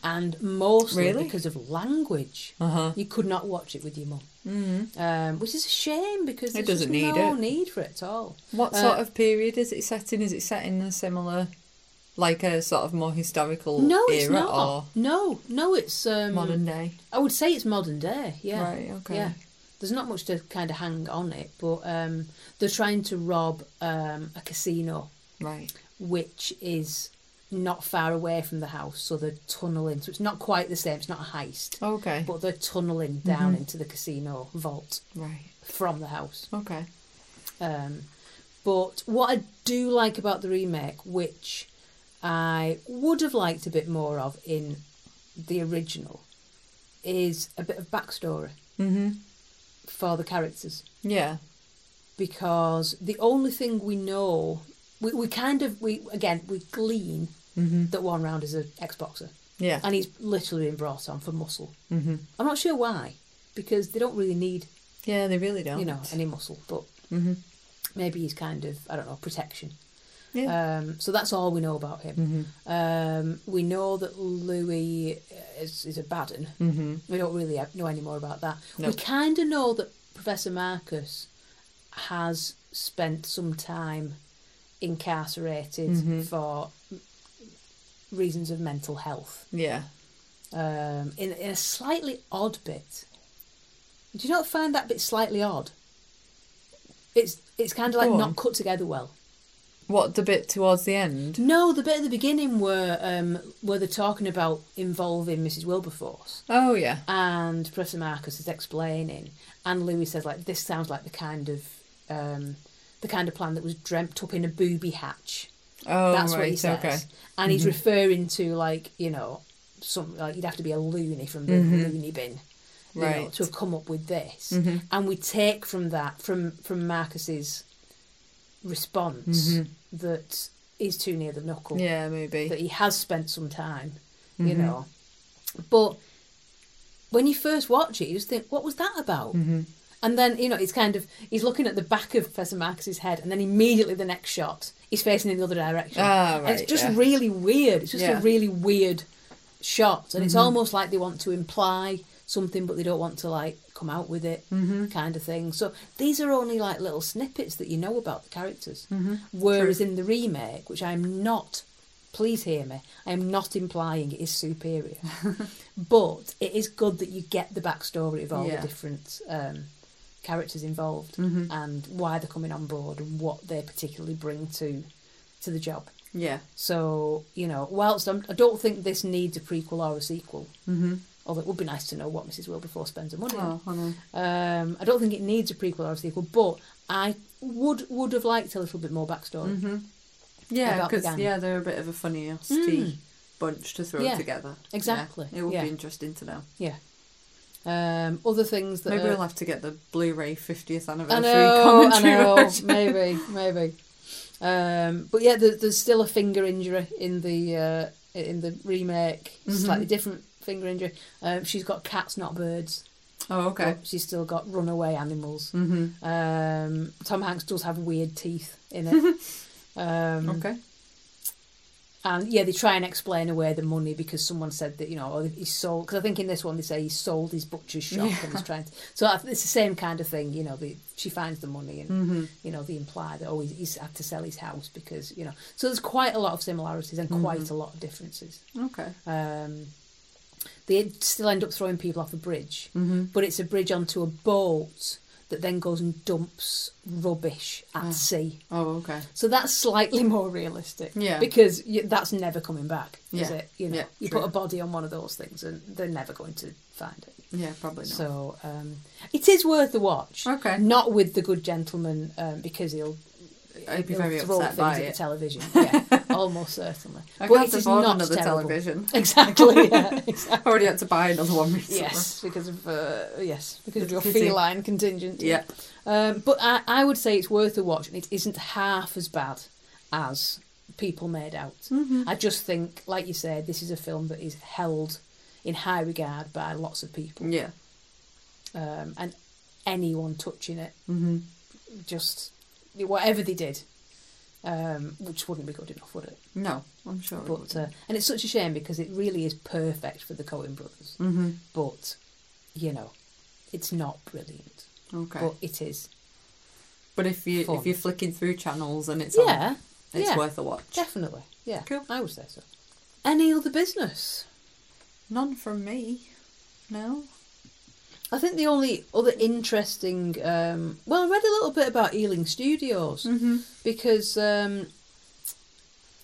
S1: and mostly
S2: Really?
S1: because of language.
S2: Uh huh.
S1: You could not watch it with your mum,
S2: Mm-hmm.
S1: um, which is a shame because there's
S2: It
S1: just
S2: doesn't need
S1: no
S2: it.
S1: need for it at all.
S2: What
S1: Uh,
S2: sort of period is it set in? Is it set in a similar, like a sort of more historical
S1: No,
S2: era
S1: it's not.
S2: or
S1: No, no, it's um,
S2: modern day?
S1: I would say it's modern day. Yeah,
S2: Right. Okay.
S1: yeah. There's not much to kind of hang on it, but um, they're trying to rob um, a casino,
S2: Right.
S1: which is not far away from the house, so they're tunneling. So it's not quite the same. It's not a heist.
S2: Okay.
S1: but they're tunneling down
S2: Mm-hmm.
S1: into the casino vault
S2: Right.
S1: from the house.
S2: Okay.
S1: Um, but what I do like about the remake, which I would have liked a bit more of in the original, is a bit of backstory
S2: Mm-hmm.
S1: for the characters
S2: Yeah.
S1: because the only thing we know. We, we kind of we again we glean
S2: Mm-hmm.
S1: that one round is an ex boxer
S2: Yeah.
S1: and he's literally been brought on for muscle.
S2: Mm-hmm.
S1: I'm not sure why because they don't really need
S2: Yeah. They really don't.
S1: you know, any muscle. But Maybe he's kind of, I don't know, protection.
S2: Yeah.
S1: Um, so that's all we know about him. Um, we know that Louis is, is a baden. Mm-hmm. We don't really have- know any more about that. We kind of know that Professor Marcus has spent some time incarcerated for m- reasons of mental health
S2: yeah.
S1: um, in, in a slightly odd bit. Do you not find that bit slightly odd? It's it's kind of like
S2: Go on.
S1: not cut together well.
S2: What the bit towards the end?
S1: No, the bit at the beginning where um, where they're talking about involving Mrs. Wilberforce
S2: Oh yeah.
S1: and Professor Marcus is explaining, and Louis says like this sounds like the kind of um, the kind of plan that was dreamt up in a booby hatch.
S2: Oh
S1: That's
S2: right.
S1: what he says,
S2: Okay. Mm-hmm.
S1: and he's referring to like you know some like you'd have to be a loony from the loony bin. You know,
S2: Mm-hmm. Right. Mm-hmm.
S1: to have come up with this, and we take from that from from Marcus's response that he's too near the knuckle
S2: Mm-hmm. Yeah, Mm-hmm. maybe.
S1: that he has spent some time, you know. But when you first watch it, you just think, what was that about?
S2: Mm-hmm.
S1: And then, you know, it's kind of, he's looking at the back of Professor Marcus's head, and then immediately the next shot, he's facing in the other direction.
S2: Ah,
S1: And
S2: right,
S1: it's just
S2: yeah.
S1: really weird. It's just
S2: Yeah. Mm-hmm.
S1: a really weird shot. And it's almost like they want to imply something, but they don't want to, like, come out with it
S2: Mm-hmm.
S1: kind of thing. So these are only, like, little snippets that you know about the characters.
S2: Mm-hmm.
S1: Whereas in the remake, which I'm not please hear me. I am not implying it is superior, but it is good that you get the backstory of all
S2: Yeah. Mm-hmm.
S1: the different um, characters involved and why they're coming on board and what they particularly bring to to the job.
S2: Yeah.
S1: So you know, whilst I'm, I don't think this needs a prequel or a sequel, mm-hmm. although it would be nice to know what Mrs. Wilberforce spends her money on.
S2: Oh, I know.
S1: Um, I don't think it needs a prequel or a sequel, but I would would have liked a little bit more backstory.
S2: Mm-hmm. Yeah,
S1: about the
S2: because
S1: gang. Mm.
S2: yeah, they're a bit of a funny bunch to throw
S1: Yeah,
S2: together. Yeah.
S1: exactly,
S2: It would
S1: yeah.
S2: be interesting to know.
S1: Yeah. Um, other things that
S2: Mm. Maybe
S1: are-
S2: we'll have to get the Blu-ray 50th
S1: I
S2: anniversary
S1: know, I
S2: commentary.
S1: know,
S2: version.
S1: maybe, maybe. Um, but yeah, there, there's still a finger injury in the uh, in the remake,
S2: Mm-hmm.
S1: slightly different finger injury. Um, she's got cats, not birds.
S2: Oh, okay. Mm-hmm.
S1: But she's still got runaway animals. Um, Tom Hanks does have weird teeth in it. um,
S2: Mm-hmm. Okay.
S1: and yeah, they try and explain away the money because someone said that you know oh, he sold. Because I think in this one they say he sold his butcher's shop and he's trying. To, so I- it's the same kind of thing, you know. The, she finds the money
S2: Mm.
S1: and
S2: Mm-hmm.
S1: you know they imply that oh he's, he's had to sell his house because you know. So there's quite a lot of similarities and quite a lot of differences.
S2: Okay.
S1: Um, they still end up throwing people off a bridge,
S2: Mm-hmm.
S1: but it's a bridge onto a boat that then goes and dumps rubbish at sea.
S2: Oh, okay.
S1: So that's slightly more realistic.
S2: Yeah.
S1: Because you, that's never coming back, is
S2: Yeah.
S1: it? You know,
S2: Yeah,
S1: you
S2: true.
S1: put a body on one of those things and they're never going to find it.
S2: Yeah, probably not.
S1: So um, it is worth the watch.
S2: Okay.
S1: Not with the good gentleman um, because he'll.
S2: I'd Oh, be
S1: he'll
S2: very
S1: throw
S2: upset
S1: things
S2: by
S1: at the
S2: it.
S1: television. Yeah, almost certainly.
S2: I
S1: but
S2: can't
S1: it is
S2: afford
S1: not
S2: another
S1: terrible.
S2: television.
S1: Exactly. Yeah,
S2: I already had to buy another one recently.
S1: yes, because of uh, yes, because of your
S2: Pity.
S1: feline contingency.
S2: Yeah.
S1: Um, but I, I would say it's worth a watch, and it isn't half as bad as people made out.
S2: Mm-hmm.
S1: I just think, like you said, this is a film that is held in high regard by lots of people,
S2: Yeah.
S1: um, and anyone touching it,
S2: Mm-hmm.
S1: just whatever they did, um, which wouldn't be good enough, would it?
S2: No, I'm sure. it
S1: But
S2: wouldn't.
S1: uh, and it's such a shame because it really is perfect for the Coen Brothers.
S2: Mm-hmm.
S1: But you know, it's not brilliant,
S2: okay.
S1: but
S2: But,
S1: it is
S2: if you
S1: fun.
S2: if you're flicking through channels and it's
S1: yeah,
S2: on, it's
S1: yeah,
S2: worth a watch.
S1: definitely. Yeah,
S2: Cool.
S1: I would say so. Any other business?
S2: None from me. No.
S1: I think the only other interesting, um, well, I read a little bit about Ealing Studios because um,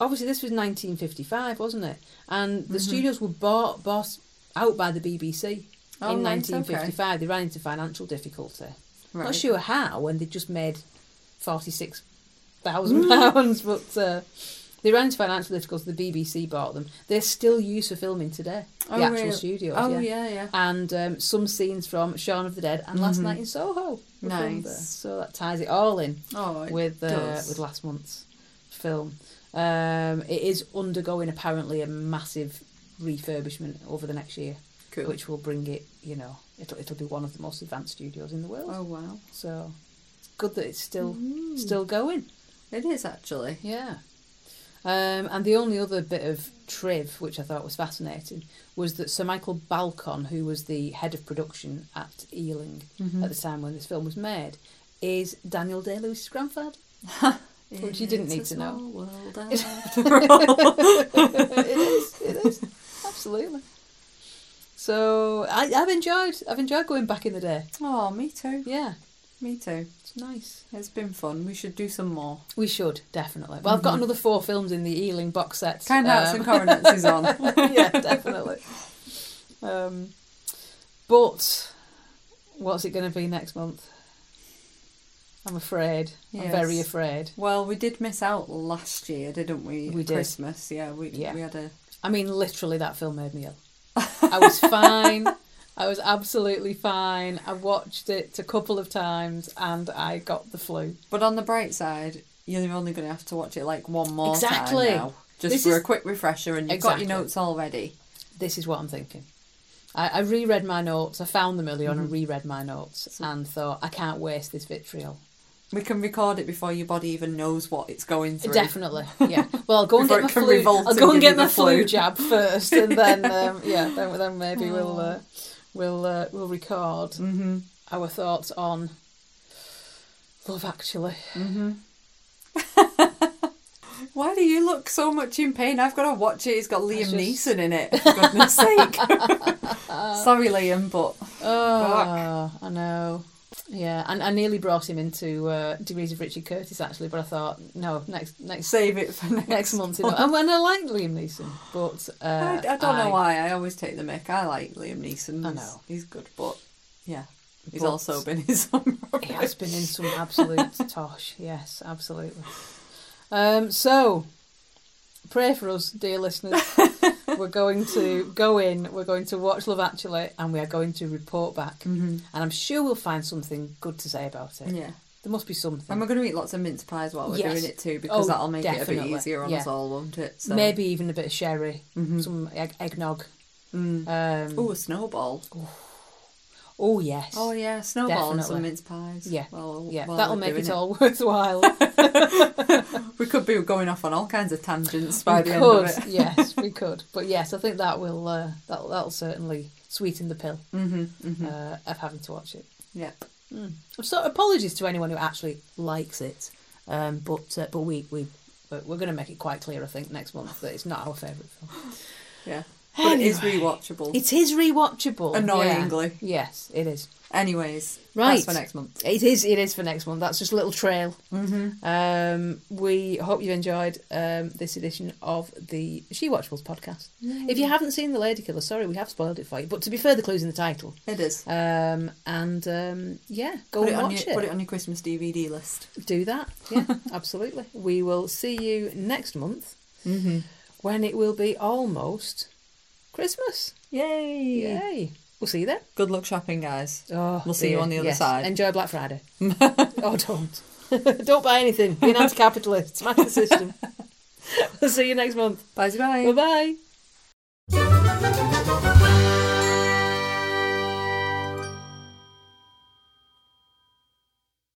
S1: obviously this was 1955, wasn't it? And the studios were bought, bought out by the BBC
S2: Oh,
S1: in
S2: right,
S1: 1955. They ran into financial difficulty.
S2: Right.
S1: Not sure how when they just made forty-six thousand
S2: Mm.
S1: pounds, but uh, they ran into financial difficulty. The BBC bought them. They're still used for filming today.
S2: Oh,
S1: the actual
S2: really?
S1: studios.
S2: Oh
S1: yeah
S2: yeah, yeah.
S1: and um, some scenes from Shaun of the Dead and Last Night in Soho. were filmed
S2: Mm-hmm. Nice.
S1: there. So that ties it all in
S2: Oh, it
S1: with uh,
S2: does.
S1: with last month's film. Um, it is undergoing apparently a massive refurbishment over the next year,
S2: Cool.
S1: which will bring it. You know, it'll it'll be one of the most advanced studios in the world.
S2: Oh wow.
S1: So good that it's still still going.
S2: Mm-hmm. It is actually.
S1: Hmm. Yeah. Um, and the only other bit of triv, which I thought was fascinating, was that Sir Michael Balcon, who was the head of production at Ealing
S2: Mm-hmm.
S1: at the time when this film was made, is Daniel Day Lewis's grandfather. Which you didn't need to know. it is, it is, absolutely. So I, I've enjoyed, I've enjoyed going back in the day.
S2: oh, me too.
S1: Yeah,
S2: Me too.
S1: it's nice.
S2: It's been fun. We should do some more.
S1: We should definitely. Well, I've got another four films in the Ealing box set.
S2: Kind hearts
S1: um,
S2: Mm-hmm. and coronets is on.
S1: yeah, definitely. Um, but what's it going to be next month? I'm afraid. I'm
S2: Yes.
S1: very afraid.
S2: Well, we did miss out last year, didn't we?
S1: We did.
S2: Christmas, yeah. We
S1: Yeah.
S2: we had a
S1: I mean, literally, that film made me ill. I was fine. I was absolutely fine. I watched it a couple of times and I got the flu.
S2: But on the bright side, you're only going to have to watch it like one more
S1: Exactly.
S2: time now, just
S1: This
S2: for
S1: is-
S2: a quick refresher, and you've got your
S1: Exactly.
S2: notes already.
S1: This is what I'm thinking. I, I reread my notes. I found them early on
S2: Mm-hmm.
S1: and reread my notes and thought, I can't waste this vitriol.
S2: We can record it before your body even knows what it's going through.
S1: Definitely, yeah. Well, I'll go and
S2: Before
S1: get my
S2: it can
S1: flu.
S2: revolt
S1: I'll
S2: and
S1: go and
S2: give
S1: get
S2: you the
S1: my flu
S2: flu.
S1: jab first, and then um, yeah, then, then maybe we'll uh, we'll uh, we'll record
S2: Mm-hmm.
S1: our thoughts on Love Actually.
S2: Mm-hmm. Why do you look so much in pain? I've got to watch it. It's got Liam
S1: just-
S2: Neeson in it. For goodness sake. Sorry, Liam, but
S1: Oh, I know. Yeah, and I nearly brought him into uh, Degrees of Richard Curtis actually, but I thought no, next next
S2: save it for next.
S1: next month. you know. And when I like Liam Neeson, but uh,
S2: I, I don't know why. I always take the mic. I like Liam Neeson.
S1: I
S2: He's-
S1: know.
S2: he's good, but yeah, he's
S1: But-
S2: also been his own.
S1: He has been in some absolute tosh. Yes, absolutely. Um, so, pray for us, dear listeners. we're going to go in, we're going to watch Love Actually, and we are going to report back. And I'm sure we'll find something good to say about it.
S2: Mm-hmm. Yeah.
S1: There must be something.
S2: And we're going to eat lots of mince pies while we're
S1: Yes.
S2: doing it too, because
S1: Oh,
S2: that'll make it a
S1: definitely.
S2: bit easier on
S1: Yeah.
S2: us all, won't it? So.
S1: Maybe even a bit of sherry, some egg- eggnog. Um,
S2: Oh, a snowball.
S1: oh, yes.
S2: Oh yeah, snowball and some
S1: Definitely.
S2: mince pies.
S1: Yeah,
S2: Well,
S1: yeah.
S2: while
S1: that'll
S2: we're
S1: make
S2: doing
S1: it all worthwhile.
S2: We could be going off on all kinds of tangents by the
S1: could,
S2: end of it.
S1: yes, we could. But yes, I think that will uh, that that'll certainly sweeten the pill
S2: Mm-hmm, Hmm.
S1: Uh, of having to watch it.
S2: Yep.
S1: So apologies to anyone who actually likes it, um, but uh, but we we we're going to make it quite clear, I think, next month that it's not our favourite film.
S2: Yeah. But it is
S1: Anyway.
S2: rewatchable.
S1: It is rewatchable. yeah.
S2: Annoyingly.
S1: Yes, it is.
S2: Anyways,
S1: Right.
S2: That's for next month.
S1: It is. It is for next month. That's just a little trail. Mm-hmm. Um, we hope you enjoyed um, this edition of the She Watchables podcast. If you haven't seen the Lady Killer, sorry, we have spoiled it for you. But to be fair, the clue's in the title.
S2: It is.
S1: Um, and um, yeah, go
S2: Put it,
S1: and
S2: on
S1: watch
S2: your,
S1: it.
S2: put it on your Christmas DVD list.
S1: Do that. Yeah, absolutely. We will see you next month
S2: Mm-hmm.
S1: when it will be almost Christmas.
S2: Yay!
S1: Yay! We'll see you then.
S2: Good luck shopping, guys.
S1: Oh,
S2: We'll see you
S1: dear.
S2: on the other
S1: Yes.
S2: side.
S1: Enjoy Black Friday. oh, don't. don't buy anything. Be an anti capitalist. Smash the system. we'll see you next month.
S2: Bye bye.
S1: Bye bye.